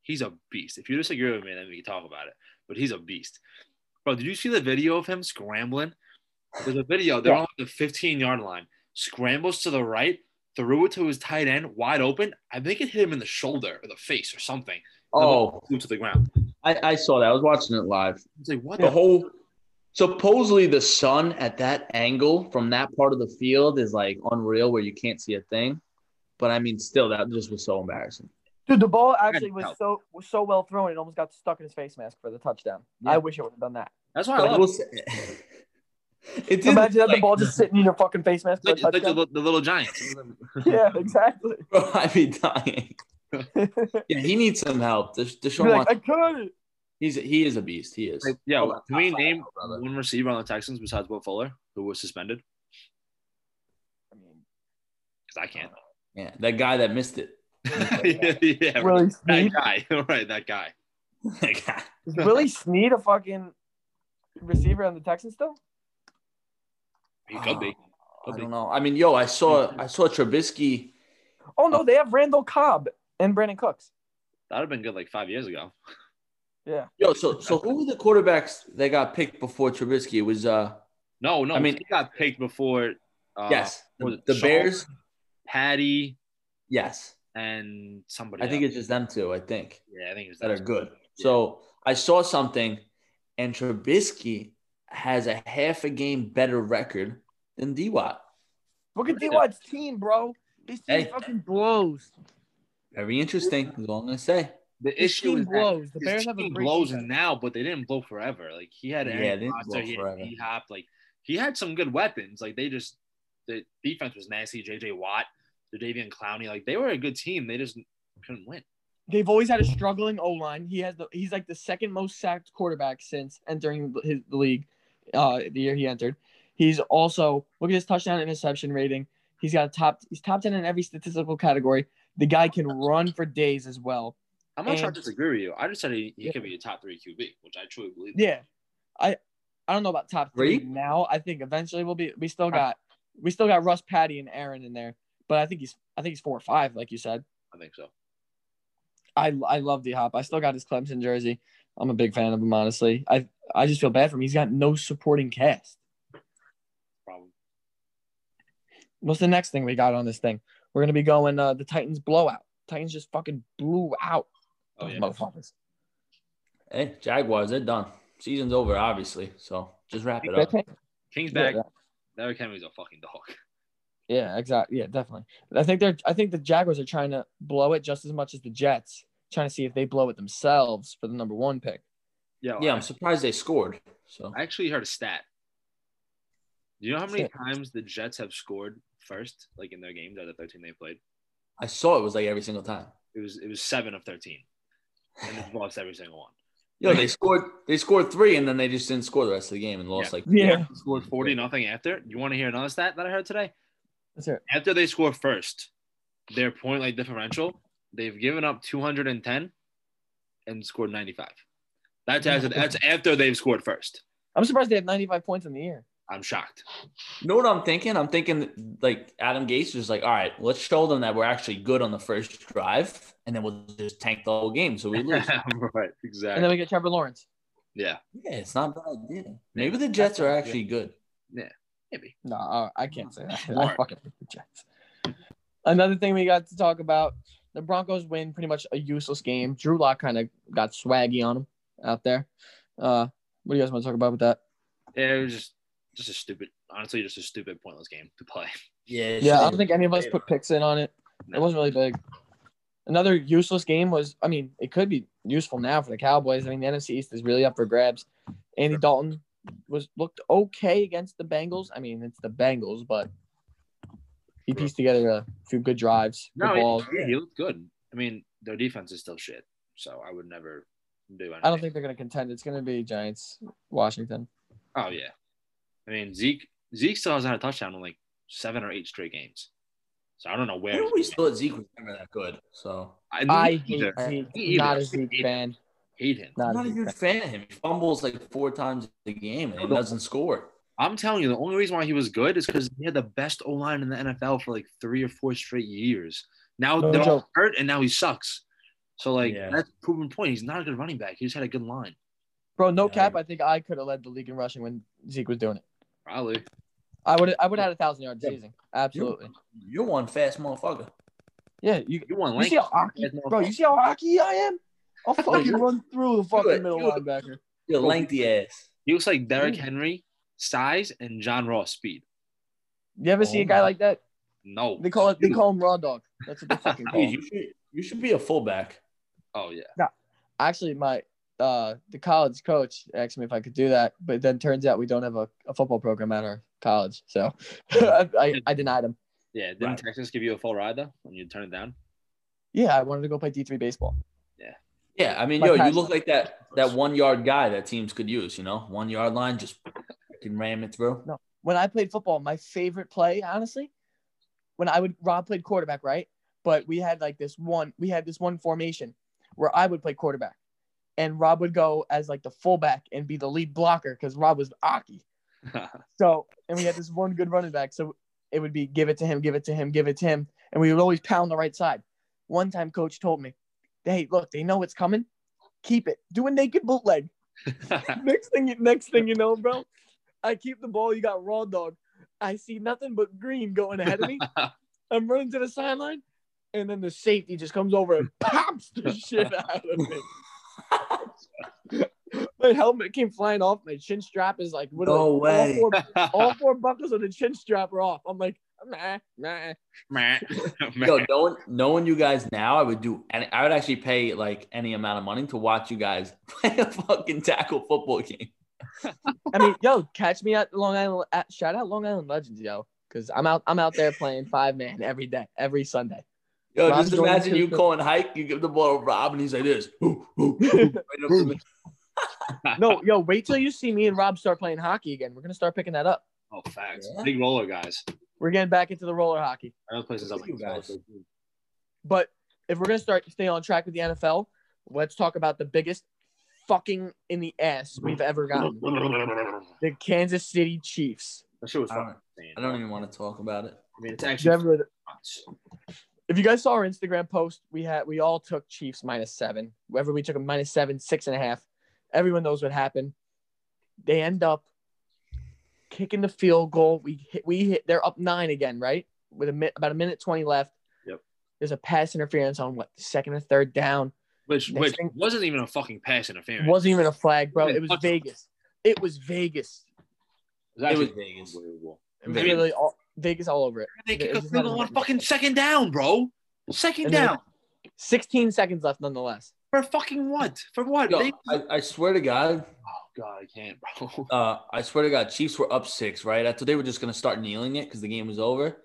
Speaker 2: He's a beast. If you disagree with me, then we can talk about it. But he's a beast. Bro, did you see the video of him scrambling? There's a video. They're on the 15 yard line scrambles to the right, threw it to his tight end wide open. I think it hit him in the shoulder or the face or something.
Speaker 3: Oh,
Speaker 2: Flew to the ground.
Speaker 3: I, I saw that. I was watching it live.
Speaker 2: It's like, what
Speaker 3: the
Speaker 2: the?
Speaker 3: whole supposedly the sun at that angle from that part of the field is like unreal where you can't see a thing But I mean, still, that just was so embarrassing.
Speaker 1: Dude, the ball actually was so was so well thrown. It almost got stuck in his face mask for the touchdown.
Speaker 3: Yeah.
Speaker 1: I wish I would have done that.
Speaker 2: That's why I
Speaker 3: But I
Speaker 2: love
Speaker 3: will say, it did
Speaker 1: Imagine that the
Speaker 3: like-
Speaker 1: ball just sitting in your fucking face mask for a
Speaker 2: like, like the,
Speaker 1: touchdown.
Speaker 2: li- the little giants.
Speaker 1: yeah, exactly.
Speaker 3: Bro, I'd be dying. yeah, he needs some help. Desha-
Speaker 1: You'd
Speaker 3: Deshaun
Speaker 1: be like,
Speaker 3: Watson,
Speaker 1: I got it.
Speaker 3: he's he is a beast. He is.
Speaker 2: Like, yeah,
Speaker 3: Hold on,
Speaker 2: can we
Speaker 3: top five,
Speaker 2: name
Speaker 3: brother.
Speaker 2: one receiver on the Texans besides Will Fuller who was suspended?
Speaker 1: I mean,
Speaker 2: Because I can't.
Speaker 3: Yeah, that guy that missed it.
Speaker 2: yeah, yeah, right.
Speaker 1: Willie
Speaker 2: that
Speaker 1: Sneed.
Speaker 2: guy. right, that guy.
Speaker 3: That guy.
Speaker 1: Is Willie Sneed a fucking receiver on the Texans still?
Speaker 2: He could be.
Speaker 3: Oh, I
Speaker 2: Could be.
Speaker 3: don't know. I mean, yo, I saw I saw Trubisky.
Speaker 1: Oh no, they have Randall Cobb and Brandon Cooks.
Speaker 2: That would have been good like five years ago.
Speaker 1: Yeah.
Speaker 3: Yo, so so who were the quarterbacks that got picked before Trubisky? It was uh
Speaker 2: No, no.
Speaker 3: I mean-
Speaker 2: he got picked before. Uh,
Speaker 3: yes,
Speaker 2: was
Speaker 3: the,
Speaker 2: it
Speaker 3: the
Speaker 2: Sean?
Speaker 3: Bears.
Speaker 2: Patty
Speaker 3: Yes,
Speaker 2: and somebody.
Speaker 3: I think
Speaker 2: else.
Speaker 3: it's just them two. I think
Speaker 2: yeah, I think it's
Speaker 3: that are good.
Speaker 2: Yeah.
Speaker 3: So I saw something, and Trubisky has a half a game better record than D Watt.
Speaker 1: Look at D Watt's team, bro. His team
Speaker 3: Hey.
Speaker 1: fucking blows.
Speaker 3: Very interesting. Is all I'm gonna say.
Speaker 2: The
Speaker 1: His
Speaker 2: issue
Speaker 1: team
Speaker 2: is that
Speaker 1: blows. The
Speaker 2: his
Speaker 1: Bears have a
Speaker 2: team
Speaker 1: great
Speaker 2: blows
Speaker 1: defense.
Speaker 2: now, but they didn't blow forever. Like he had
Speaker 3: Yeah,
Speaker 2: Aaron
Speaker 3: they didn't
Speaker 2: Rodgers,
Speaker 3: blow
Speaker 2: he had
Speaker 3: forever.
Speaker 2: D-Hop. Like he had some good weapons. Like they just the defense was nasty. JJ Watt, the Davian Clowney, like they were a good team. They just couldn't win.
Speaker 1: They've always had a struggling O line. He has the he's like the second most sacked quarterback since entering the- his the league, uh, the year he entered. He's also look at his touchdown interception rating. He's got a top he's top ten in every statistical category. The guy can run for days as well.
Speaker 2: I'm not sure I
Speaker 1: And-
Speaker 2: disagree with you. I just said he, he
Speaker 1: Yeah.
Speaker 2: could be a top three QB, which I truly believe.
Speaker 1: Yeah, I I don't know about top three
Speaker 3: Three?
Speaker 1: now. I think eventually we'll be we still got we still got Russ, Patty, and Aaron in there. But I think he's I think he's four or five, like you said.
Speaker 2: I think so.
Speaker 1: I I love D Hop. I still got his Clemson jersey. I'm a big fan of him, honestly. I I just feel bad for him. He's got no supporting cast.
Speaker 2: Problem.
Speaker 1: What's the next thing we got on this thing? We're gonna be going uh, the Titans blowout. Titans just fucking blew out
Speaker 2: Oh
Speaker 1: those
Speaker 2: yeah.
Speaker 1: motherfuckers.
Speaker 3: Hey, Jaguars, they're done. Season's over, obviously. So just wrap it
Speaker 1: They
Speaker 3: up.
Speaker 1: can't-
Speaker 2: King's
Speaker 1: Yeah,
Speaker 2: back. Derrick Henry's a fucking dog.
Speaker 1: Yeah, exactly. Yeah, definitely. I think they're. I think the Jaguars are trying to blow it just as much as the Jets, trying to see if they blow it themselves for the number one pick.
Speaker 3: Yeah, I'm surprised they scored. So
Speaker 2: I actually heard a stat. Do you know how many
Speaker 1: Shit.
Speaker 2: times the Jets have scored first, like in their games out of the 13 they played?
Speaker 3: I saw it was like every single time.
Speaker 2: It was it was seven of 13, and they've lost every single one.
Speaker 3: Yo, they scored. They scored three, and then they just didn't score the rest of the game and lost like
Speaker 1: Yeah.
Speaker 2: They scored 40 nothing after. You want to hear another stat that I heard today?
Speaker 1: That's it.
Speaker 2: After they score first, their point like differential, they've given up 210 and scored 95. That's after, that's after they've scored first.
Speaker 1: I'm surprised they have 95 points in the year.
Speaker 2: I'm shocked.
Speaker 3: You know what I'm thinking? I'm thinking like Adam Gase was like, all right, let's show them that we're actually good on the first drive, and then we'll just tank the whole game so we lose.
Speaker 2: right,
Speaker 1: And then
Speaker 2: exactly.
Speaker 1: we get Trevor Lawrence.
Speaker 2: Yeah,
Speaker 3: yeah, it's not a bad idea. Maybe the Jets are actually good.
Speaker 2: maybe.
Speaker 1: No, uh, I can't say that. I
Speaker 2: Smart.
Speaker 1: fucking hate the Jets. Another thing we got to talk about: the Broncos win pretty much a useless game. Drew Lock kind of got swaggy on him out there. Uh, what do you guys want to talk about with that?
Speaker 2: Yeah, it was just just a stupid, honestly, just a stupid pointless game to play.
Speaker 3: Yeah, it's
Speaker 1: Yeah,
Speaker 3: just-
Speaker 1: I don't think any of us put picks in on it. It wasn't really big. Another useless game was, I mean, it could be useful now for the Cowboys. I mean, the NFC East is really up for grabs. Andy Dalton was looked okay against the Bengals. I mean, it's the Bengals, but he pieced together a few good drives, good
Speaker 2: No,
Speaker 1: balls.
Speaker 2: he, yeah, he looked good. I mean, their defense is still shit, so I would never do anything.
Speaker 1: I don't think they're going to contend. It's going to be Giants, Washington.
Speaker 2: Oh yeah, I mean Zeke Zeke still hasn't had a touchdown in like seven or eight straight games, so I don't know
Speaker 3: I
Speaker 2: where.
Speaker 3: don't always thought Zeke was never that good. So
Speaker 1: I
Speaker 2: me
Speaker 1: hate
Speaker 2: either.
Speaker 1: Zeke. Not a Zeke fan.
Speaker 2: hate him.
Speaker 3: I'm
Speaker 1: Not a
Speaker 3: not a
Speaker 1: Zeke
Speaker 3: huge fan of him. He fumbles like four times a game and he
Speaker 2: No.
Speaker 3: doesn't score.
Speaker 2: I'm telling you, the only reason why he was good is because he had the best O line in the NFL for like three or four straight years. Now
Speaker 1: No
Speaker 2: they're all
Speaker 1: joke.
Speaker 2: hurt, and now he sucks. So like
Speaker 3: Yeah.
Speaker 2: that's proven point. He's not a good running back. He just had a good line.
Speaker 1: Bro, no
Speaker 3: Yeah, I-
Speaker 1: cap. I think I could have led the league in rushing when Zeke was doing it.
Speaker 2: Probably.
Speaker 1: I would I would have had a thousand yards
Speaker 3: Yeah.
Speaker 1: season. Absolutely.
Speaker 3: You're one fast motherfucker.
Speaker 1: Yeah, you
Speaker 2: You want
Speaker 1: You see
Speaker 2: length.
Speaker 1: how hockey, bro? You see how hockey I am? I'll fucking run through the
Speaker 3: Do
Speaker 1: fucking
Speaker 3: it,
Speaker 1: middle
Speaker 3: do it.
Speaker 1: linebacker.
Speaker 3: You're lengthy ass.
Speaker 2: He looks like Derrick
Speaker 1: Mm.
Speaker 2: Henry size and John Ross speed.
Speaker 3: Oh
Speaker 1: You ever see a guy like that?
Speaker 2: No.
Speaker 1: They call it. They call him raw dog. That's what they fucking call.
Speaker 3: Dude,
Speaker 1: him.
Speaker 3: you should you should be a fullback.
Speaker 2: Oh yeah.
Speaker 1: Actually, my uh, the college coach asked me if I could do that, but then turns out we don't have a, a football program at our college, so I, I, I denied him.
Speaker 2: Yeah. Didn't
Speaker 3: Right.
Speaker 2: Texas give you a full ride though when you turn it down?
Speaker 1: Yeah, I wanted to go play D three baseball.
Speaker 3: Yeah, I mean,
Speaker 1: My
Speaker 3: yo, you
Speaker 1: passion.
Speaker 3: look like that that one yard guy that teams could use. You know, one yard line, just can ram it through.
Speaker 1: when I played football, my favorite play, honestly, when I would Rob played quarterback, right? But we had like this one, we had this one formation where I would play quarterback, and Rob would go as like the fullback and be the lead blocker because Rob was Aki. So and we had this one good running back, so it would be give it to him, give it to him, give it to him, and we would always pound the right side. One time, coach told me, "Hey, look, they know it's coming. Keep it. Do a naked bootleg." next thing, you, next thing you know, bro, I keep the ball. You got raw dog. I see nothing but green going ahead of me. I'm running to the sideline, and then the safety just comes over and pops the shit out of me. my helmet came flying off. My chin strap is like literally-
Speaker 3: No
Speaker 1: All
Speaker 3: way.
Speaker 1: four, all four buckles of the chin strap are off. I'm like, nah, nah.
Speaker 2: Meh. Meh.
Speaker 3: Yo, knowing knowing you guys now, I would do, and I would actually pay like any amount of money to watch you guys play a fucking tackle football game.
Speaker 1: I mean, yo, catch me at Long Island. At, shout out Long Island Legends, yo, because I'm out. I'm out there playing five man every day, every Sunday.
Speaker 3: Yo,
Speaker 1: Rob
Speaker 3: just
Speaker 1: Jordan
Speaker 3: imagine you
Speaker 1: Fisher.
Speaker 3: going hike, you give the ball to Rob, and he's like this. "Hoo, hoo, hoo," right up the middle.
Speaker 1: No, yo, wait till you see me and Rob start playing hockey again. We're gonna start picking that up.
Speaker 2: Oh, facts.
Speaker 3: Yeah.
Speaker 2: Big roller guys.
Speaker 1: We're getting back into the roller hockey.
Speaker 2: I know places up like
Speaker 3: You guys.
Speaker 1: But if we're gonna start stay on track with the NFL, let's talk about the biggest fucking in the ass we've ever gotten.
Speaker 2: That
Speaker 1: The Kansas City Chiefs.
Speaker 2: shit was
Speaker 3: I
Speaker 2: fucking
Speaker 3: don't-
Speaker 2: insane.
Speaker 3: I don't even want to talk about it.
Speaker 2: I mean, it's
Speaker 1: Did
Speaker 2: actually
Speaker 1: you ever-
Speaker 2: nuts.
Speaker 1: If you guys saw our Instagram post, we had we all took Chiefs minus seven. Whether we took them minus seven, six and a half, everyone knows what happened. They end up kicking the field goal. We hit, we hit. They're up nine again, right? With a mi- about a minute twenty left.
Speaker 2: Yep.
Speaker 1: There's a pass interference on what second or third down.
Speaker 2: Which,
Speaker 1: Next
Speaker 2: which
Speaker 1: thing-
Speaker 2: wasn't even a fucking pass interference.
Speaker 1: Wasn't even a flag, bro.
Speaker 2: Yeah,
Speaker 1: It was
Speaker 2: touchdown.
Speaker 1: Vegas. It was Vegas.
Speaker 2: It was, actually
Speaker 3: was Vegas.
Speaker 2: unbelievable.
Speaker 1: It was
Speaker 2: Vegas.
Speaker 1: literally all Vegas all over it.
Speaker 2: They kick
Speaker 1: It
Speaker 2: a
Speaker 1: was
Speaker 2: field goal on
Speaker 1: unbelievable.
Speaker 2: fucking second down, bro. Second
Speaker 1: And then-
Speaker 2: down.
Speaker 1: Sixteen seconds left, nonetheless.
Speaker 2: For fucking what? For what?
Speaker 3: Yo,
Speaker 2: They-
Speaker 3: I, I swear to God,
Speaker 2: oh, God, I can't, bro.
Speaker 3: uh, I swear to God, Chiefs were up six, right? I thought they were just gonna start kneeling it because the game was over.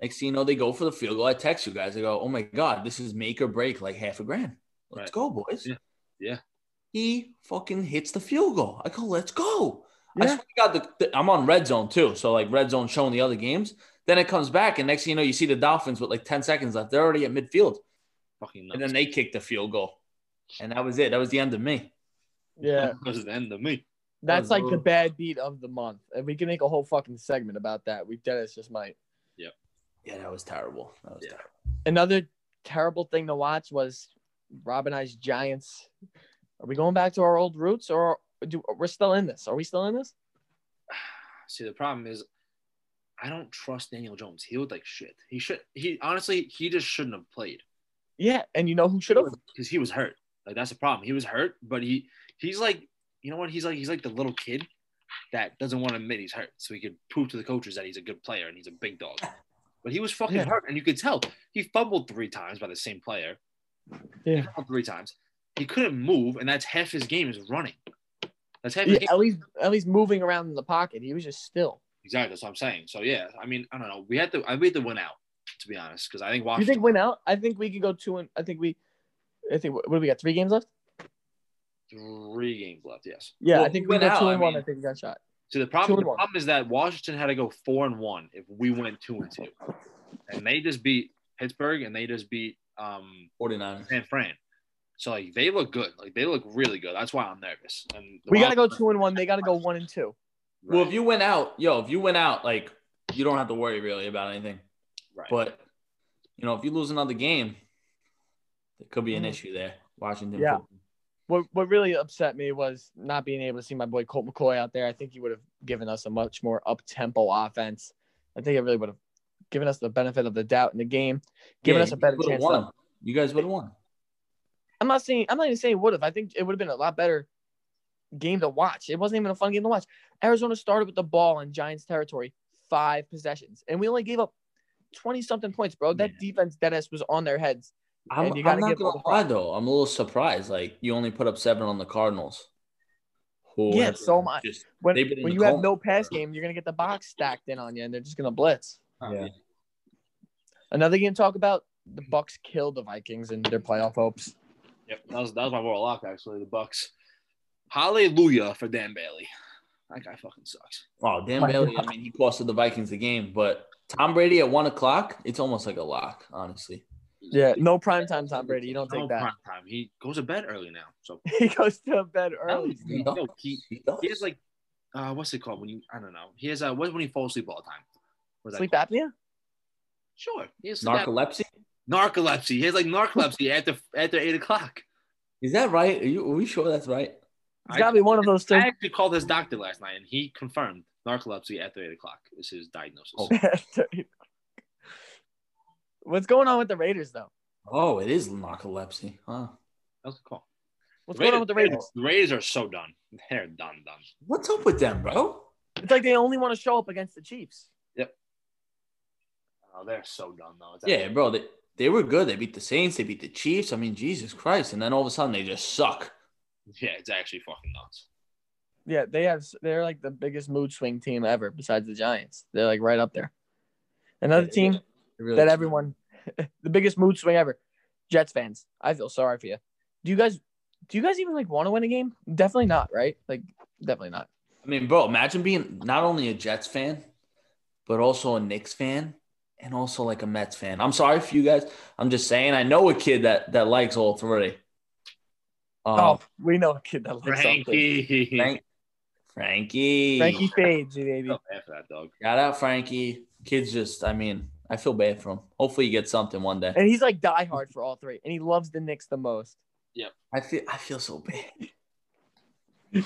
Speaker 3: Next thing you know, they go for the field goal. I text you guys. I go, "Oh my God, this is make or break, like half a grand. Let's
Speaker 2: Right.
Speaker 3: go, boys."
Speaker 2: Yeah. Yeah.
Speaker 3: He fucking hits the field goal. I go, "Let's go." I
Speaker 1: Yeah.
Speaker 3: swear to God, the, the- I'm on red zone too. So like red zone showing the other games. Then it comes back, and next thing you know, you see the Dolphins with like ten seconds left. They're already at midfield,
Speaker 2: Fucking
Speaker 3: and
Speaker 2: nuts.
Speaker 3: then they kick the field goal, and that was it. That was the end of me.
Speaker 1: Yeah.
Speaker 2: That was the end of me.
Speaker 1: That's
Speaker 3: That was
Speaker 1: like the
Speaker 3: brutal.
Speaker 1: bad beat of the month. And we can make a whole fucking segment about that. We Dennis just might.
Speaker 3: Yeah, that was terrible. That was
Speaker 2: Yeah.
Speaker 3: terrible.
Speaker 1: Another terrible thing to watch was Rob and I's Giants. Are we going back to our old roots or do we're still in this? Are we still in this?
Speaker 2: See, the problem is, I don't trust Daniel Jones. He looked like shit. He should. He honestly, he just shouldn't have played
Speaker 1: Yeah. And you know who should have?
Speaker 2: because he was hurt. Like that's the problem. He was hurt, but he he's like, you know what? He's like he's like the little kid that doesn't want to admit he's hurt, so he could prove to the coaches that he's a good player and he's a big dog. But he was fucking
Speaker 1: Yeah.
Speaker 2: hurt, and you could tell he fumbled three times by the same player.
Speaker 1: Yeah.
Speaker 2: He fumbled three times. He couldn't move, and that's half his game is running. That's half his
Speaker 1: Yeah,
Speaker 2: game.
Speaker 1: at least at least moving around in the pocket. He was just still.
Speaker 2: Exactly. That's what I'm saying. So yeah, I mean, I don't know. We had to. I we had to win out, to be honest, because I think
Speaker 1: You
Speaker 2: Washington.
Speaker 1: think win out? I think we could go two and I think we I think what do we got? Three games left?
Speaker 2: three games left. Yes.
Speaker 1: Yeah,
Speaker 3: Well,
Speaker 1: I think
Speaker 3: we
Speaker 1: we
Speaker 3: went
Speaker 1: got two
Speaker 3: out,
Speaker 1: and
Speaker 3: I
Speaker 1: one. I
Speaker 3: mean-
Speaker 1: think we got shot.
Speaker 2: So the
Speaker 1: Two
Speaker 2: problem,
Speaker 1: and
Speaker 2: the
Speaker 1: one.
Speaker 2: problem is that Washington had to go four and one if we went two and two, and they just beat Pittsburgh and they just beat um
Speaker 3: 49.
Speaker 2: San Fran. So like they look good. Like they look really good. That's why I'm nervous. And
Speaker 1: We gotta go two and one. They gotta go one and two.
Speaker 2: Right,
Speaker 3: Well, if you went out, yo, if you went out, like you don't have to worry really about anything.
Speaker 2: right.
Speaker 3: But you know, if you lose another game, there could be an
Speaker 1: Mhm.
Speaker 3: issue there. Washington.
Speaker 1: Yeah.
Speaker 3: football.
Speaker 1: what what really upset me was not being able to see my boy Colt McCoy out there. I think he would have given us a much more up tempo offense. I think it really would have given us the benefit of the doubt in the game, given
Speaker 3: Yeah,
Speaker 1: us a
Speaker 3: you
Speaker 1: better
Speaker 3: would've
Speaker 1: chance.
Speaker 3: won.
Speaker 1: to-
Speaker 3: You guys would have won.
Speaker 1: I'm not saying I'm not even saying would have. I think it would have been a lot better game to watch. It wasn't even a fun game to watch. Arizona started with the ball in Giants territory, five possessions, and we only gave up twenty something points, bro. That
Speaker 3: Yeah.
Speaker 1: defense Dennis was on their heads.
Speaker 3: I'm,
Speaker 1: you
Speaker 3: I'm
Speaker 1: gotta
Speaker 3: not
Speaker 1: give
Speaker 3: gonna
Speaker 1: them a
Speaker 3: lie though. I'm a little surprised. Like you only put up seven on the Cardinals. Who
Speaker 1: Yeah,
Speaker 3: have
Speaker 1: so am I.
Speaker 2: Just,
Speaker 1: When,
Speaker 3: They've been in
Speaker 1: when
Speaker 3: the
Speaker 1: you have
Speaker 3: cold.
Speaker 1: no pass game, you're gonna get the box stacked in on you, and they're just gonna blitz.
Speaker 2: Um,
Speaker 3: Yeah.
Speaker 1: Another game to talk about: the Bucks killed the Vikings in their playoff hopes.
Speaker 2: Yep, that was that was my moral lock actually. The Bucks. Hallelujah for Dan Bailey. That guy fucking sucks.
Speaker 3: Oh, Dan
Speaker 1: Right.
Speaker 3: Bailey. I mean, he costed the Vikings the game, but Tom Brady at one o'clock, it's almost like a lock, honestly.
Speaker 1: Yeah, no primetime Tom Brady. You don't
Speaker 2: No
Speaker 1: take that.
Speaker 2: Oh, prime Time. He goes to bed early now. So
Speaker 1: He goes to bed early.
Speaker 3: He
Speaker 2: No,
Speaker 3: does.
Speaker 2: he-
Speaker 3: He does.
Speaker 2: he has like, uh, what's it called when you? I don't know. He has uh, what when he falls asleep all the time? What is that
Speaker 1: Sleep
Speaker 2: called?
Speaker 1: apnea?
Speaker 2: Sure. He has sleep
Speaker 3: narcolepsy.
Speaker 2: ap- narcolepsy. He has like narcolepsy after after eight o'clock.
Speaker 3: Is that right? Are you are we sure that's right?
Speaker 1: It's gotta be one of those two.
Speaker 2: I actually called his doctor last night, and he confirmed narcolepsy after eight o'clock is his diagnosis.
Speaker 3: Oh.
Speaker 1: What's going on with the Raiders though?
Speaker 3: Oh, it is narcolepsy. Huh?
Speaker 2: That's cool.
Speaker 1: What's going on with the Raiders?
Speaker 2: The Raiders are so done. They're done, done.
Speaker 3: What's up with them, bro?
Speaker 1: It's like they only want to show up against the Chiefs.
Speaker 2: Oh, they're so done though. It's
Speaker 3: Yeah, bro. They, they were good. They beat the Saints. They beat the Chiefs. I mean, Jesus Christ! And then all of a sudden, they just suck.
Speaker 2: Yeah, it's actually fucking nuts.
Speaker 1: Yeah, they have. They're like the biggest mood swing team ever, besides the Giants. They're like right up there. Another
Speaker 3: Yeah,
Speaker 1: team
Speaker 3: They really
Speaker 1: that
Speaker 3: suck.
Speaker 1: everyone, the biggest mood swing ever. Jets fans, I feel sorry for you. Do you guys, do you guys even like want to win a game? Definitely not, right? Like, definitely not.
Speaker 3: I mean, bro, imagine being not only a Jets fan, but also a Knicks fan and also like a Mets fan. I'm sorry for you guys. I'm just saying I know a kid that that likes all three.
Speaker 1: oh,
Speaker 3: Um,
Speaker 1: we know a kid that likes something.
Speaker 2: Frankie.
Speaker 3: Frank- Frankie.
Speaker 1: Frankie fades, you baby.
Speaker 2: Feel bad for that dog.
Speaker 3: Shout out Frankie. Kids just I mean, I feel bad for him. Hopefully you get something one day.
Speaker 1: And he's like diehard for all three, and he loves the Knicks the most.
Speaker 3: I feel I feel so bad.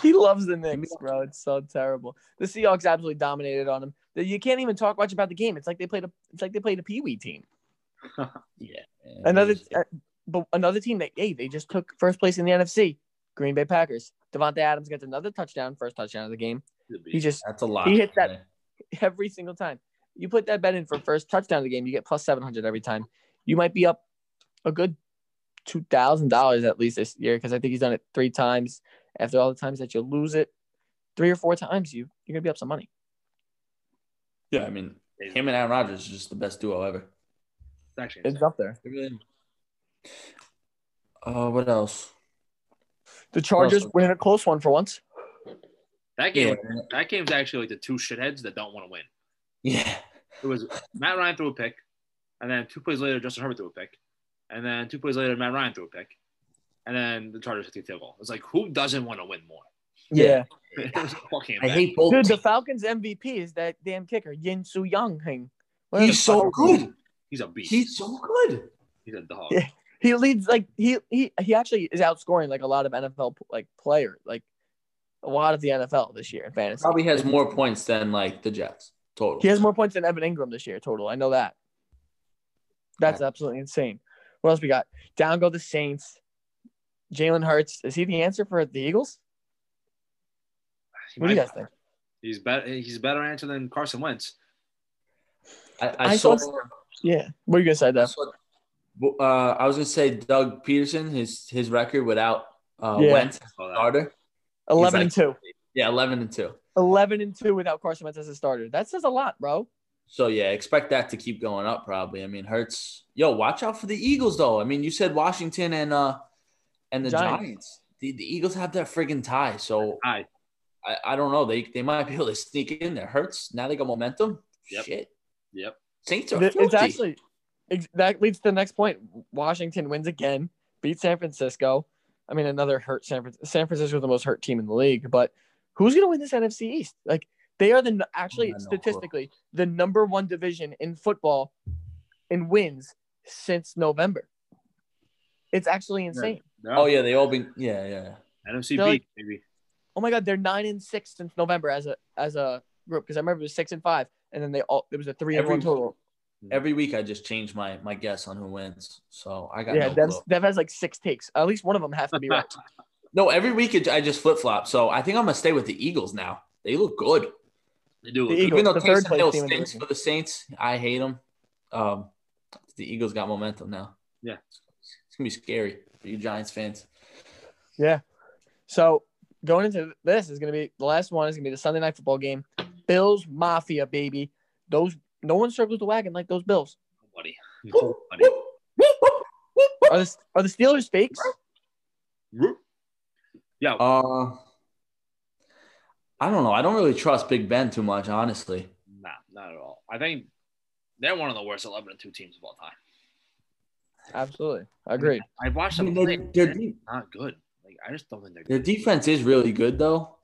Speaker 1: He loves the Knicks, bro. It's so terrible. The Seahawks absolutely dominated on him. The- You can't even talk much about the game. It's like they played a. It's like they played a Pee Wee team.
Speaker 3: Yeah. man.
Speaker 1: Another, uh, but another team that hey, they just took first place in the NFC. Green Bay Packers. Devontae Adams gets another touchdown, first touchdown of the game. He just
Speaker 3: that's a lot.
Speaker 1: he hit that- every single time. You put that bet in for first touchdown of the game, you get plus seven hundred every time. You might be up a good two thousand dollars at least this year because I think he's done it three times. After all the times that you lose it, three or four times, you you're gonna be up some money.
Speaker 3: Yeah, I mean him and Aaron Rodgers is just the best duo ever.
Speaker 2: It's actually
Speaker 1: It's up there.
Speaker 3: Uh, what else?
Speaker 1: The Chargers
Speaker 3: Russell.
Speaker 1: winning a close one for once.
Speaker 2: that game.
Speaker 3: Yeah.
Speaker 2: That game's actually like the two shitheads that don't want to win.
Speaker 3: Yeah.
Speaker 2: It was Matt Ryan threw a pick, and then two plays later Justin Herbert threw a pick, and then two plays later Matt Ryan threw a pick, and then the Chargers hit the field goal. It's like who doesn't want to win more?
Speaker 3: Yeah.
Speaker 2: It was fucking
Speaker 3: I
Speaker 2: bad.
Speaker 3: hate both.
Speaker 1: Dude, the
Speaker 3: teams.
Speaker 1: Falcons MVP is that damn kicker, Yin Su Young Hing. Whatever the
Speaker 3: He's so
Speaker 1: fuck.
Speaker 3: good.
Speaker 2: He's a beast. He's,
Speaker 3: He's so good.
Speaker 2: a dog.
Speaker 1: Yeah. He leads like he he he actually is outscoring like a lot of NFL like player like a lot of the NFL this year in fantasy.
Speaker 3: Probably has more points than like the Jets total.
Speaker 1: He has more points than Evan Ingram this year total. I know that. That's absolutely insane. What else we got? Down go the Saints. Jalen Hurts is he the answer for the Eagles?
Speaker 2: He
Speaker 1: What do you
Speaker 2: might-
Speaker 1: guys think?
Speaker 2: He's better. He's a better answer than Carson Wentz.
Speaker 3: I, I,
Speaker 1: I
Speaker 3: saw.
Speaker 1: saw- Yeah. What are you gonna say,
Speaker 3: I
Speaker 1: Dev?
Speaker 3: saw- uh, I was gonna say Doug Peterson. His his record without uh,
Speaker 1: Yeah.
Speaker 3: Wentz as
Speaker 2: Oh, that-
Speaker 3: starter.
Speaker 1: Eleven
Speaker 3: like-
Speaker 1: and two.
Speaker 3: Yeah, eleven and two.
Speaker 1: 11 and 2 without Carson Wentz as a starter. That says a lot, bro.
Speaker 3: So yeah, expect that to keep going up. Probably. I mean, Hurts. Yo, watch out for the Eagles though. I mean, you said Washington and uh and the
Speaker 1: Giants.
Speaker 3: Giants. The, the Eagles have that friggin' tie. So
Speaker 2: Hi.
Speaker 3: I, I don't know. They they might be able to sneak in there. Hurts. Now they got momentum.
Speaker 2: Yep.
Speaker 3: Shit.
Speaker 2: Yep.
Speaker 3: Saints are
Speaker 1: Th- It's
Speaker 3: filthy.
Speaker 1: actually ex- that leads to the next point. Washington wins again, beats San Francisco. I mean, another hurt San Francisco. San Francisco the most hurt team in the league, but who's going to win this NFC East? Like they are the n- actually
Speaker 3: I have no clue.
Speaker 1: statistically the number 1 division in football in wins since November. It's actually insane.
Speaker 2: No,
Speaker 3: Oh yeah, they all been yeah, yeah. yeah.
Speaker 2: NFC
Speaker 1: They're like-
Speaker 2: beat, baby.
Speaker 1: oh my god, they're nine and six since November as a as a group because I remember it was six and five, and then they all it was a three
Speaker 3: Every-
Speaker 1: and one total.
Speaker 3: Every week I just change my my guess on who wins. So I got
Speaker 1: Yeah,
Speaker 3: no
Speaker 1: Dev,
Speaker 3: clue.
Speaker 1: Dev has like six takes. At least one of them has to be right.
Speaker 3: No, every week it, I just flip flop. So I think I'm gonna stay with the Eagles now. They look good.
Speaker 2: They
Speaker 1: The
Speaker 2: do. look good.
Speaker 1: Eagles,
Speaker 3: Even though
Speaker 1: the third
Speaker 3: Taysom
Speaker 1: place
Speaker 3: Hill
Speaker 1: team in the
Speaker 3: stinks
Speaker 1: division.
Speaker 3: for the Saints, I hate him. Um, the Eagles got momentum now.
Speaker 2: Yeah.
Speaker 3: it's gonna be scary for you Giants fans.
Speaker 1: Yeah. So going into this is going to be the last one is going to be the Sunday night football game. Bills Mafia, baby. Those no one circles the wagon like those Bills.
Speaker 2: Nobody.
Speaker 3: Whoop,
Speaker 2: Nobody.
Speaker 3: whoop, whoop, whoop, whoop, whoop.
Speaker 1: Are the are the Steelers fakes?
Speaker 2: Whoop. Yeah.
Speaker 3: Uh, I don't know. I don't really trust Big Ben too much, honestly.
Speaker 2: Nah, not at all. I think they're one of the worst 11 and 2 teams of all time.
Speaker 1: Absolutely, agreed.
Speaker 2: I've watched
Speaker 3: I
Speaker 2: them
Speaker 3: mean,
Speaker 2: play.
Speaker 3: their, their, de-
Speaker 2: not good. Like I just don't think they're
Speaker 3: their defense is really good though,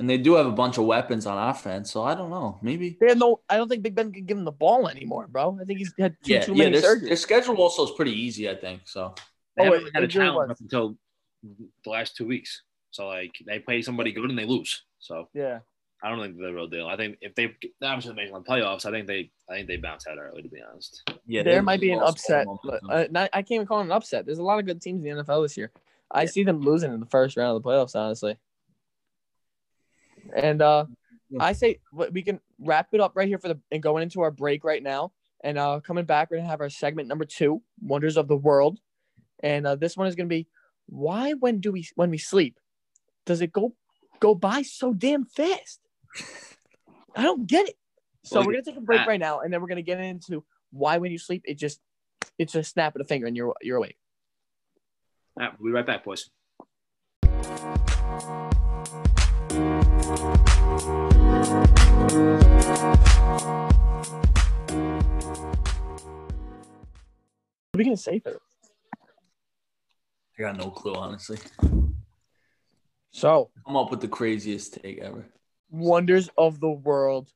Speaker 3: and they do have a bunch of weapons on offense. So I don't know. Maybe.
Speaker 1: They had no. I don't think Big Ben can give him the ball anymore, bro. I think he's had too,
Speaker 3: Yeah,
Speaker 1: too
Speaker 3: yeah.
Speaker 1: many
Speaker 3: Their,
Speaker 1: surgeries.
Speaker 3: their schedule also is pretty easy, I think. So
Speaker 1: Oh,
Speaker 2: They haven't
Speaker 1: wait,
Speaker 2: had a
Speaker 1: injury
Speaker 2: challenge
Speaker 1: was-
Speaker 2: up until the last two weeks. So like they play somebody good and they lose. So
Speaker 1: Yeah,
Speaker 2: I don't think they're the real deal. I think if they they obviously make one playoffs, I think they I think they bounce out early to be honest.
Speaker 3: yeah,
Speaker 1: there
Speaker 3: they
Speaker 1: might be an
Speaker 3: lost
Speaker 1: upset.
Speaker 3: all
Speaker 1: but,
Speaker 3: momentum.
Speaker 1: uh, not, I can't even call it an upset. There's a lot of good teams in the NFL this year. I see them losing in the first round of the playoffs, honestly. And uh,
Speaker 3: Yeah.
Speaker 1: I say w- we can wrap it up right here for the and going into our break right now. And uh, coming back, we're gonna have our segment number two, Wonders of the World. And uh, this one is gonna be why when do we when we sleep, does it go go by so damn fast? I don't get it. So
Speaker 2: Look
Speaker 1: we're gonna take a break
Speaker 2: that.
Speaker 1: right now, and then we're gonna get into why when you sleep it just it's a snap of the finger and you're you're awake.
Speaker 2: All right, we'll be right back, boys.
Speaker 1: What are we gonna say for this?
Speaker 3: I got no clue, honestly.
Speaker 1: So
Speaker 3: Come up with the craziest take ever.
Speaker 1: wonders of the world.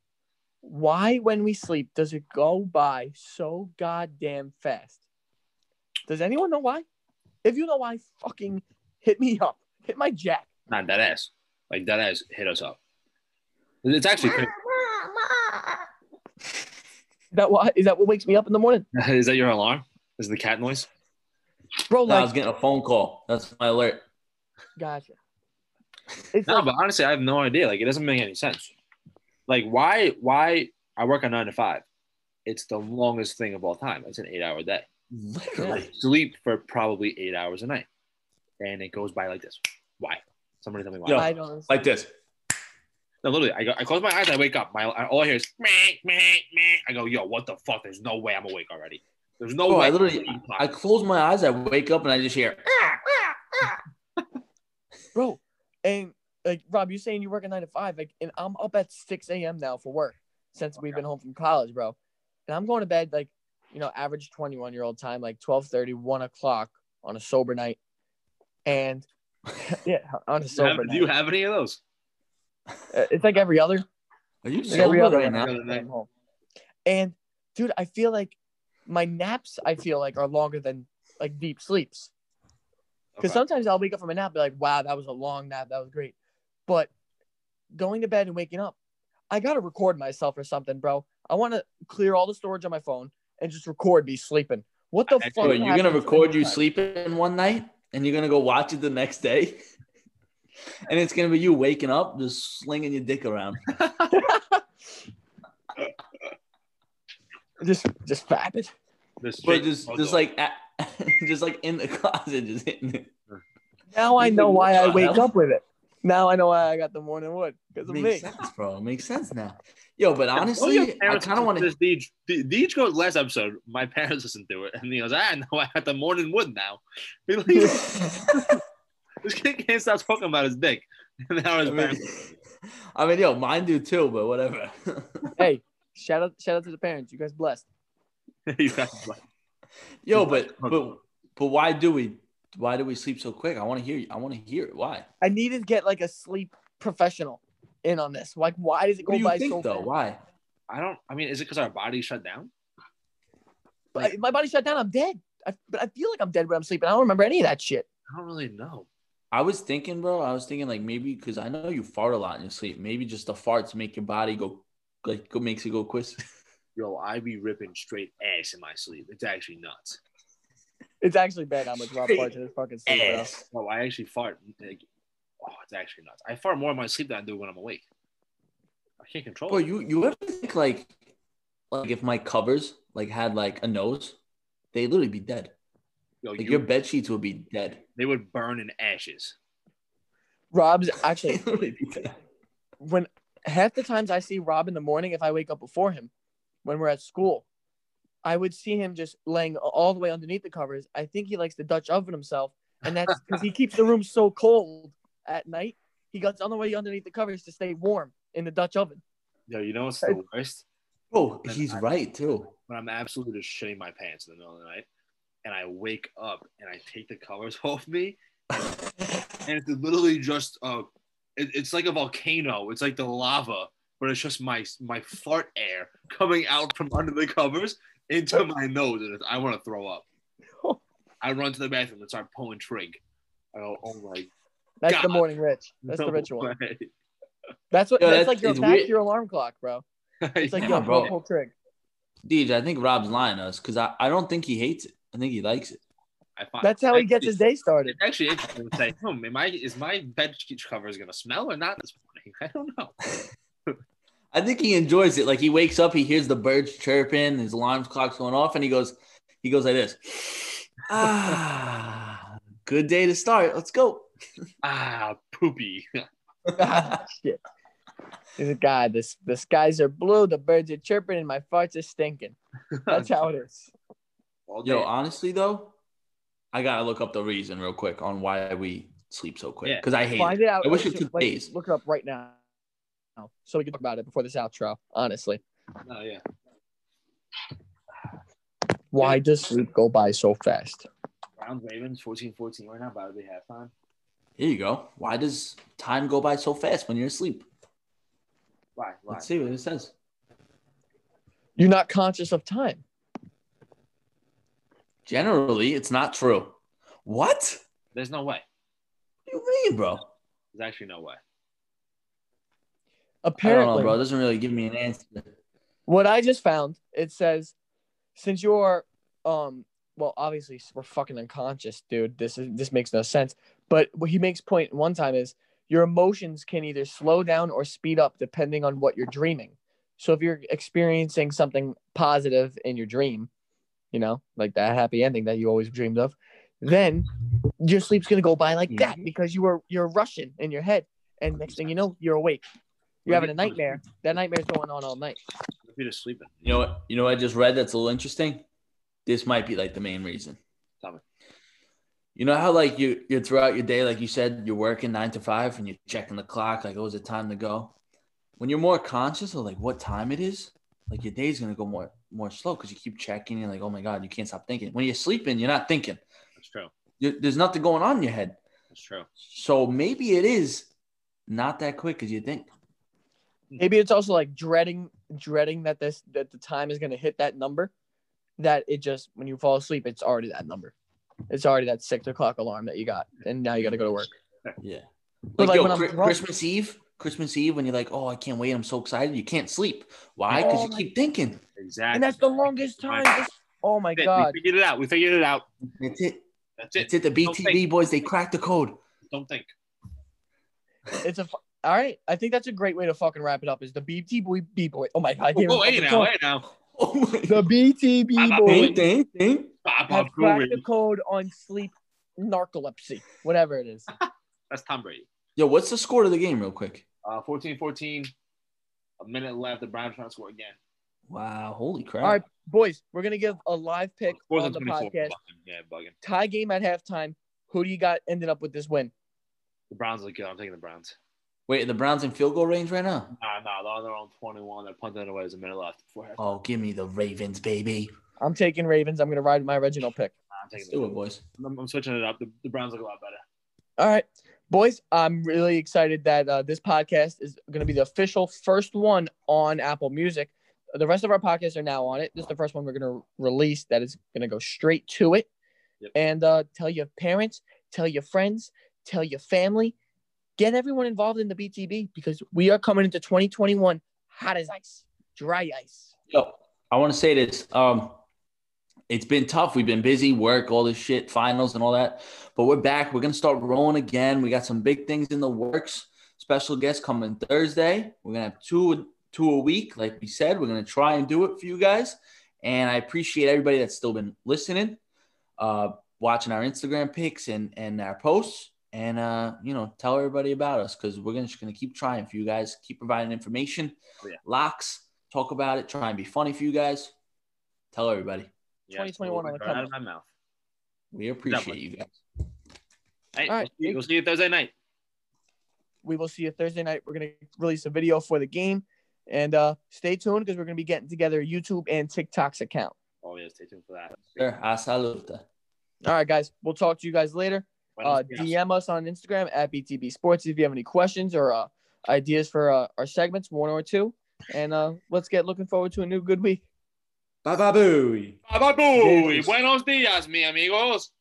Speaker 1: Why, when we sleep, does it go by so goddamn fast? Does anyone know why? If you know why, fucking hit me up. Hit my jack.
Speaker 2: Not that ass. Like that ass hit us up. It's actually crazy.
Speaker 1: Is that why? Is that what wakes me up in the morning,
Speaker 2: is that your alarm? Is the cat noise?
Speaker 1: bro?
Speaker 3: No, I
Speaker 1: Like,
Speaker 3: was getting a phone call. That's my alert.
Speaker 1: gotcha. It's
Speaker 2: No,
Speaker 1: like,
Speaker 2: but honestly, I have no idea. Like, it doesn't make any sense. Like, why? Why I work a nine to five? It's the longest thing of all time. It's an eight-hour day. I
Speaker 3: Literally.
Speaker 2: sleep for probably eight hours a night, and it goes by like this. Why? Somebody tell me why.
Speaker 3: Yo.
Speaker 1: I don't.
Speaker 3: Like this.
Speaker 2: No, literally, I, go, I close my eyes, I wake up. My I- all I hear is meh, meh, meh. I go, yo, what the fuck? There's no way I'm awake already. There's no
Speaker 3: Bro,
Speaker 2: way.
Speaker 3: I literally- I close my eyes, I wake up, and I just hear. "Ah,
Speaker 1: bro. And like Rob, you saying you work at nine to five, like, and I'm up at six a.m. now for work since we've been home from college, bro. And I'm going to bed like, you know, average twenty-one year old time, like 12:30, 1 o'clock on a sober night, and yeah, on a
Speaker 2: Do you,
Speaker 1: sober
Speaker 2: have, do
Speaker 1: night.
Speaker 2: you have any of those?
Speaker 1: Uh, It's like every other,
Speaker 3: Are you
Speaker 1: like every
Speaker 3: sober
Speaker 1: other
Speaker 3: right
Speaker 1: night
Speaker 3: now?
Speaker 1: when I'm home. And dude, I feel like my naps, I feel like are longer than like deep sleeps. Because
Speaker 2: Okay.
Speaker 1: sometimes I'll wake up from a nap, be like, "Wow, that was a long nap. That was great." But going to bed and waking up, I gotta record myself or something, bro. I want to clear all the storage on my phone and just record me sleeping. What the
Speaker 2: I- I-
Speaker 1: fuck?
Speaker 3: Wait, Oh, you're gonna
Speaker 1: happens
Speaker 3: record you
Speaker 1: anytime?
Speaker 3: sleeping one night, and you're gonna go watch it the next day, and it's gonna be you waking up, just slinging your dick around.
Speaker 1: Just, just fap it.
Speaker 2: This
Speaker 3: But
Speaker 2: shit-
Speaker 3: just,
Speaker 2: oh,
Speaker 3: just
Speaker 2: no.
Speaker 3: like, at, just like in the closet, just hitting it.
Speaker 1: Now I
Speaker 3: You're
Speaker 1: know
Speaker 3: like,
Speaker 1: why I
Speaker 3: "What the
Speaker 1: wake
Speaker 3: hell?"
Speaker 1: up with it. Now I know why I got the morning wood because of me.
Speaker 3: Makes sense, bro. Makes sense now. Yo,
Speaker 2: Yeah,
Speaker 3: but
Speaker 2: tell your
Speaker 3: honestly, I
Speaker 2: parents
Speaker 3: kind of want to.
Speaker 2: this. Deej, De- Deej goes last episode. My parents listened to it, and he goes, "I know I got the morning wood now." He's like, this kid can't stop talking about his dick. And now his
Speaker 3: I mean,
Speaker 2: parents,
Speaker 3: I mean, yo, mine do too, but whatever.
Speaker 1: hey, shout out, shout out to the parents. You guys blessed.
Speaker 2: he's got his life.
Speaker 3: yo, but but but why do we why do we sleep so quick? I want to hear you. I want to hear it. Why?
Speaker 1: I need to get like a sleep professional in on this. Like, why does it go
Speaker 3: What do you
Speaker 1: by
Speaker 3: think
Speaker 1: so
Speaker 3: though?
Speaker 1: fast?
Speaker 3: Why?
Speaker 2: I don't. I mean, is it because our body shut down?
Speaker 1: I- my body shut down. I'm dead. I, but I feel like I'm dead when I'm sleeping. I don't remember any of that shit.
Speaker 2: I don't really know.
Speaker 3: I was thinking, bro. I was thinking like maybe because I know you fart a lot in your sleep. Maybe just the farts make your body go like go makes it go quick.
Speaker 2: Yo, I be ripping straight ass in my sleep. It's actually nuts.
Speaker 1: It's actually bad how much Rob farts in his fucking sleep, bro.
Speaker 3: Ass.
Speaker 2: Oh, I actually fart. Like, oh, it's actually nuts. I fart more in my sleep than I do when I'm awake. I can't control
Speaker 3: Bro,
Speaker 2: it.
Speaker 3: you you ever think like like if my covers like had like a nose, they literally be dead.
Speaker 2: Yo,
Speaker 3: Like
Speaker 2: you-
Speaker 3: your bed sheets would be dead.
Speaker 2: they would burn in ashes.
Speaker 1: Rob's
Speaker 3: They
Speaker 1: actually
Speaker 3: literally be dead.
Speaker 1: when half the times I see Rob in the morning, if I wake up before him, when we're at school, I would see him just laying all the way underneath the covers. I think he likes the Dutch oven himself, and that's because he keeps the room so cold at night. He gets all the way underneath the covers to stay warm in the Dutch oven.
Speaker 2: Yo, you know what's the worst?
Speaker 3: Bro,
Speaker 2: And
Speaker 3: he's
Speaker 2: I-
Speaker 3: right too.
Speaker 2: When I'm absolutely just shitting my pants in the middle of the night, and I wake up and I take the covers off me, and it's literally just uh, it, it's like a volcano. It's like the lava, but it's just my my fart air coming out from under the covers into my nose, and it's- I want to throw up. I run to the bathroom and start pulling trig. I go, oh my!
Speaker 1: That's the
Speaker 2: God.
Speaker 1: morning rich. That's
Speaker 2: no
Speaker 1: the ritual.
Speaker 2: way.
Speaker 1: That's what.
Speaker 3: Yo,
Speaker 1: that's,
Speaker 3: that's-
Speaker 1: like your
Speaker 3: it's
Speaker 1: back
Speaker 3: weird.
Speaker 1: to your alarm clock, bro. It's like
Speaker 3: Yeah,
Speaker 1: your
Speaker 3: bro.
Speaker 1: bro. whole trick.
Speaker 3: Deej, I think Rob's lying to us because I, I don't think he hates it. I think he likes it.
Speaker 2: I find,
Speaker 1: That's how he gets his day started.
Speaker 2: It's actually interesting to say, hmm, am I, is my bed sheet cover is gonna smell or not this morning? I don't know.
Speaker 3: I think he enjoys it. Like he wakes up, he hears the birds chirping, his alarm clock's going off, and he goes, he goes like this. Ah, good day to start. Let's go.
Speaker 2: Ah, poopy.
Speaker 1: Shit. He's a guy. This the skies are blue, the birds are chirping, and my farts are stinking. That's how it is.
Speaker 2: All day.
Speaker 3: Yo, honestly though, I gotta look up the reason real quick on why we sleep so quick
Speaker 2: Yeah.
Speaker 3: because I hate
Speaker 1: Find
Speaker 3: it.
Speaker 1: it out.
Speaker 3: I wish it
Speaker 1: should,
Speaker 3: took
Speaker 1: like,
Speaker 3: days.
Speaker 1: Look it up right now, so we can talk about it before this outro. Honestly,
Speaker 2: No, Oh, yeah.
Speaker 1: why does sleep go by so fast?
Speaker 2: Brown Ravens 14-14 right now, by the way, halftime.
Speaker 3: Here you go. Why does time go by so fast when you're asleep?
Speaker 2: Why? Why?
Speaker 3: Let's see what it says.
Speaker 1: You're not conscious of time.
Speaker 3: Generally, it's not true. What?
Speaker 2: There's no way.
Speaker 3: What do you mean, bro?
Speaker 2: There's actually no way.
Speaker 3: I don't
Speaker 1: Apparently,
Speaker 3: know, bro. It doesn't really give me an answer.
Speaker 1: what I just found, it says, since you're, um, well, obviously we're fucking unconscious, dude. This is this makes no sense. But what he makes point one time is your emotions can either slow down or speed up depending on what you're dreaming. So if you're experiencing something positive in your dream, you know, like that happy ending that you always dreamed of, then your sleep's gonna go by like that because you were you're rushing in your head, and next thing you know, you're awake. You're having a nightmare. That nightmare's going on all night.
Speaker 2: If you're just sleeping.
Speaker 3: You know what? You know what I just read that's a little interesting. This might be like the main reason.
Speaker 2: Tell me.
Speaker 3: You know how like you you're throughout your day, like you said, you're working nine to five and you're checking the clock, like, oh, is it time to go? When you're more conscious of like what time it is, like your day's gonna go more more slow because you keep checking. You're like, oh my god, you can't stop thinking. When you're sleeping, you're not thinking.
Speaker 2: That's true.
Speaker 3: you there's nothing going on in your head.
Speaker 2: That's true.
Speaker 3: So maybe it is not that quick as you think.
Speaker 1: Maybe it's also like dreading dreading that this that the time is gonna hit that number. That it just when you fall asleep, it's already that number. It's already that six o'clock alarm that you got, and now you gotta go to work.
Speaker 3: Yeah.
Speaker 1: But,
Speaker 3: Like,
Speaker 1: like,
Speaker 3: yo,
Speaker 1: when I'm
Speaker 3: Chri-
Speaker 1: drunk-
Speaker 3: Christmas Eve, Christmas Eve, when you're like, oh, I can't wait, I'm so excited, you can't sleep. Why? Because
Speaker 1: Oh
Speaker 3: you
Speaker 1: my-
Speaker 3: keep thinking.
Speaker 2: Exactly.
Speaker 1: And that's the longest time. This- oh my
Speaker 2: That's it.
Speaker 1: god!
Speaker 2: We figured it out. We figured it out.
Speaker 3: That's it.
Speaker 2: That's it.
Speaker 3: That's it. The BTB boys, they cracked the code.
Speaker 2: Don't think.
Speaker 1: It's a fu- all right. I think that's a great way to fucking wrap it up. Is the BT boy B boy? Oh my god! I
Speaker 2: Oh,
Speaker 1: can't even
Speaker 2: wait
Speaker 1: fucking
Speaker 2: now,
Speaker 1: talk.
Speaker 2: wait now.
Speaker 3: Oh my
Speaker 1: The BTB
Speaker 2: I'm up
Speaker 1: boy
Speaker 2: Wait.
Speaker 3: Ding, ding, ding.
Speaker 2: Bob,
Speaker 1: have
Speaker 2: Bob
Speaker 1: cracked the
Speaker 2: Goodwin.
Speaker 1: code on sleep narcolepsy, whatever it is.
Speaker 2: That's Tom Brady.
Speaker 3: Yo, what's the score to the game, real quick?
Speaker 2: Uh, 14-14. A minute left. The Browns trying to score again.
Speaker 3: Wow, holy crap.
Speaker 1: All right, boys, we're gonna give a live pick
Speaker 2: Fourth
Speaker 1: on
Speaker 2: and
Speaker 1: the
Speaker 2: 24.
Speaker 1: podcast.
Speaker 2: Bugging. Yeah, bugging.
Speaker 1: tie game at halftime. Who do you got ended up with this win?
Speaker 2: The Browns look good. I'm taking the Browns.
Speaker 3: Wait, the Browns in field goal range right now?
Speaker 2: Nah, nah, they're on their own 21. They're punting it away. There's a minute left. Before half.
Speaker 3: Oh, give me the Ravens, baby.
Speaker 1: I'm taking Ravens. I'm going to ride my original pick.
Speaker 2: I'm
Speaker 3: Let's
Speaker 2: taking
Speaker 3: do
Speaker 2: the
Speaker 3: it, boys.
Speaker 2: I'm, I'm switching it up. The, the Browns look a lot better.
Speaker 1: All right, boys, I'm really excited that uh, this podcast is going to be the official first one on Apple Music. The rest of our podcasts are now on it. This is the first one we're going to release that is going to go straight to it.
Speaker 2: Yep.
Speaker 1: And uh, tell your parents, tell your friends, tell your family. Get everyone involved in the BTB because we are coming into 2021 hot as ice, dry ice.
Speaker 3: Yo, I want to say this. Um, it's been tough. We've been busy, work, all this shit, finals and all that. But we're back. We're gonna start rolling again. We got some big things in the works. Special guests coming Thursday. We're gonna have two two a week, like we said. We're gonna try and do it for you guys. And I appreciate everybody that's still been listening, uh, watching our Instagram pics and and our posts, and uh, you know, tell everybody about us because we're gonna, just gonna keep trying for you guys, keep providing information,
Speaker 2: Oh, yeah.
Speaker 3: locks, talk about it, try and be funny for you guys. Tell everybody.
Speaker 2: Yeah,
Speaker 1: 2021 on the
Speaker 2: right out
Speaker 1: cover.
Speaker 2: of my mouth.
Speaker 3: We appreciate
Speaker 2: Definitely.
Speaker 3: you guys.
Speaker 2: Hey,
Speaker 1: All right.
Speaker 2: we'll, see, we'll see you Thursday night.
Speaker 1: We will see you Thursday night. We're gonna release a video for the game, and uh, stay tuned because we're gonna be getting together a YouTube and TikTok's account.
Speaker 2: Oh yeah, stay tuned for that.
Speaker 3: Sure. A saluta.
Speaker 1: All right, guys. We'll talk to you guys later. Uh,
Speaker 2: Wednesday, yes.
Speaker 1: DM us on Instagram at BTB Sports if you have any questions or uh, ideas for uh, our segments, one or two. And uh, let's get looking forward to a new good week.
Speaker 3: Bye bye, booey.
Speaker 2: Bye bye, boo.
Speaker 3: Yes.
Speaker 2: Buenos días, mi amigos.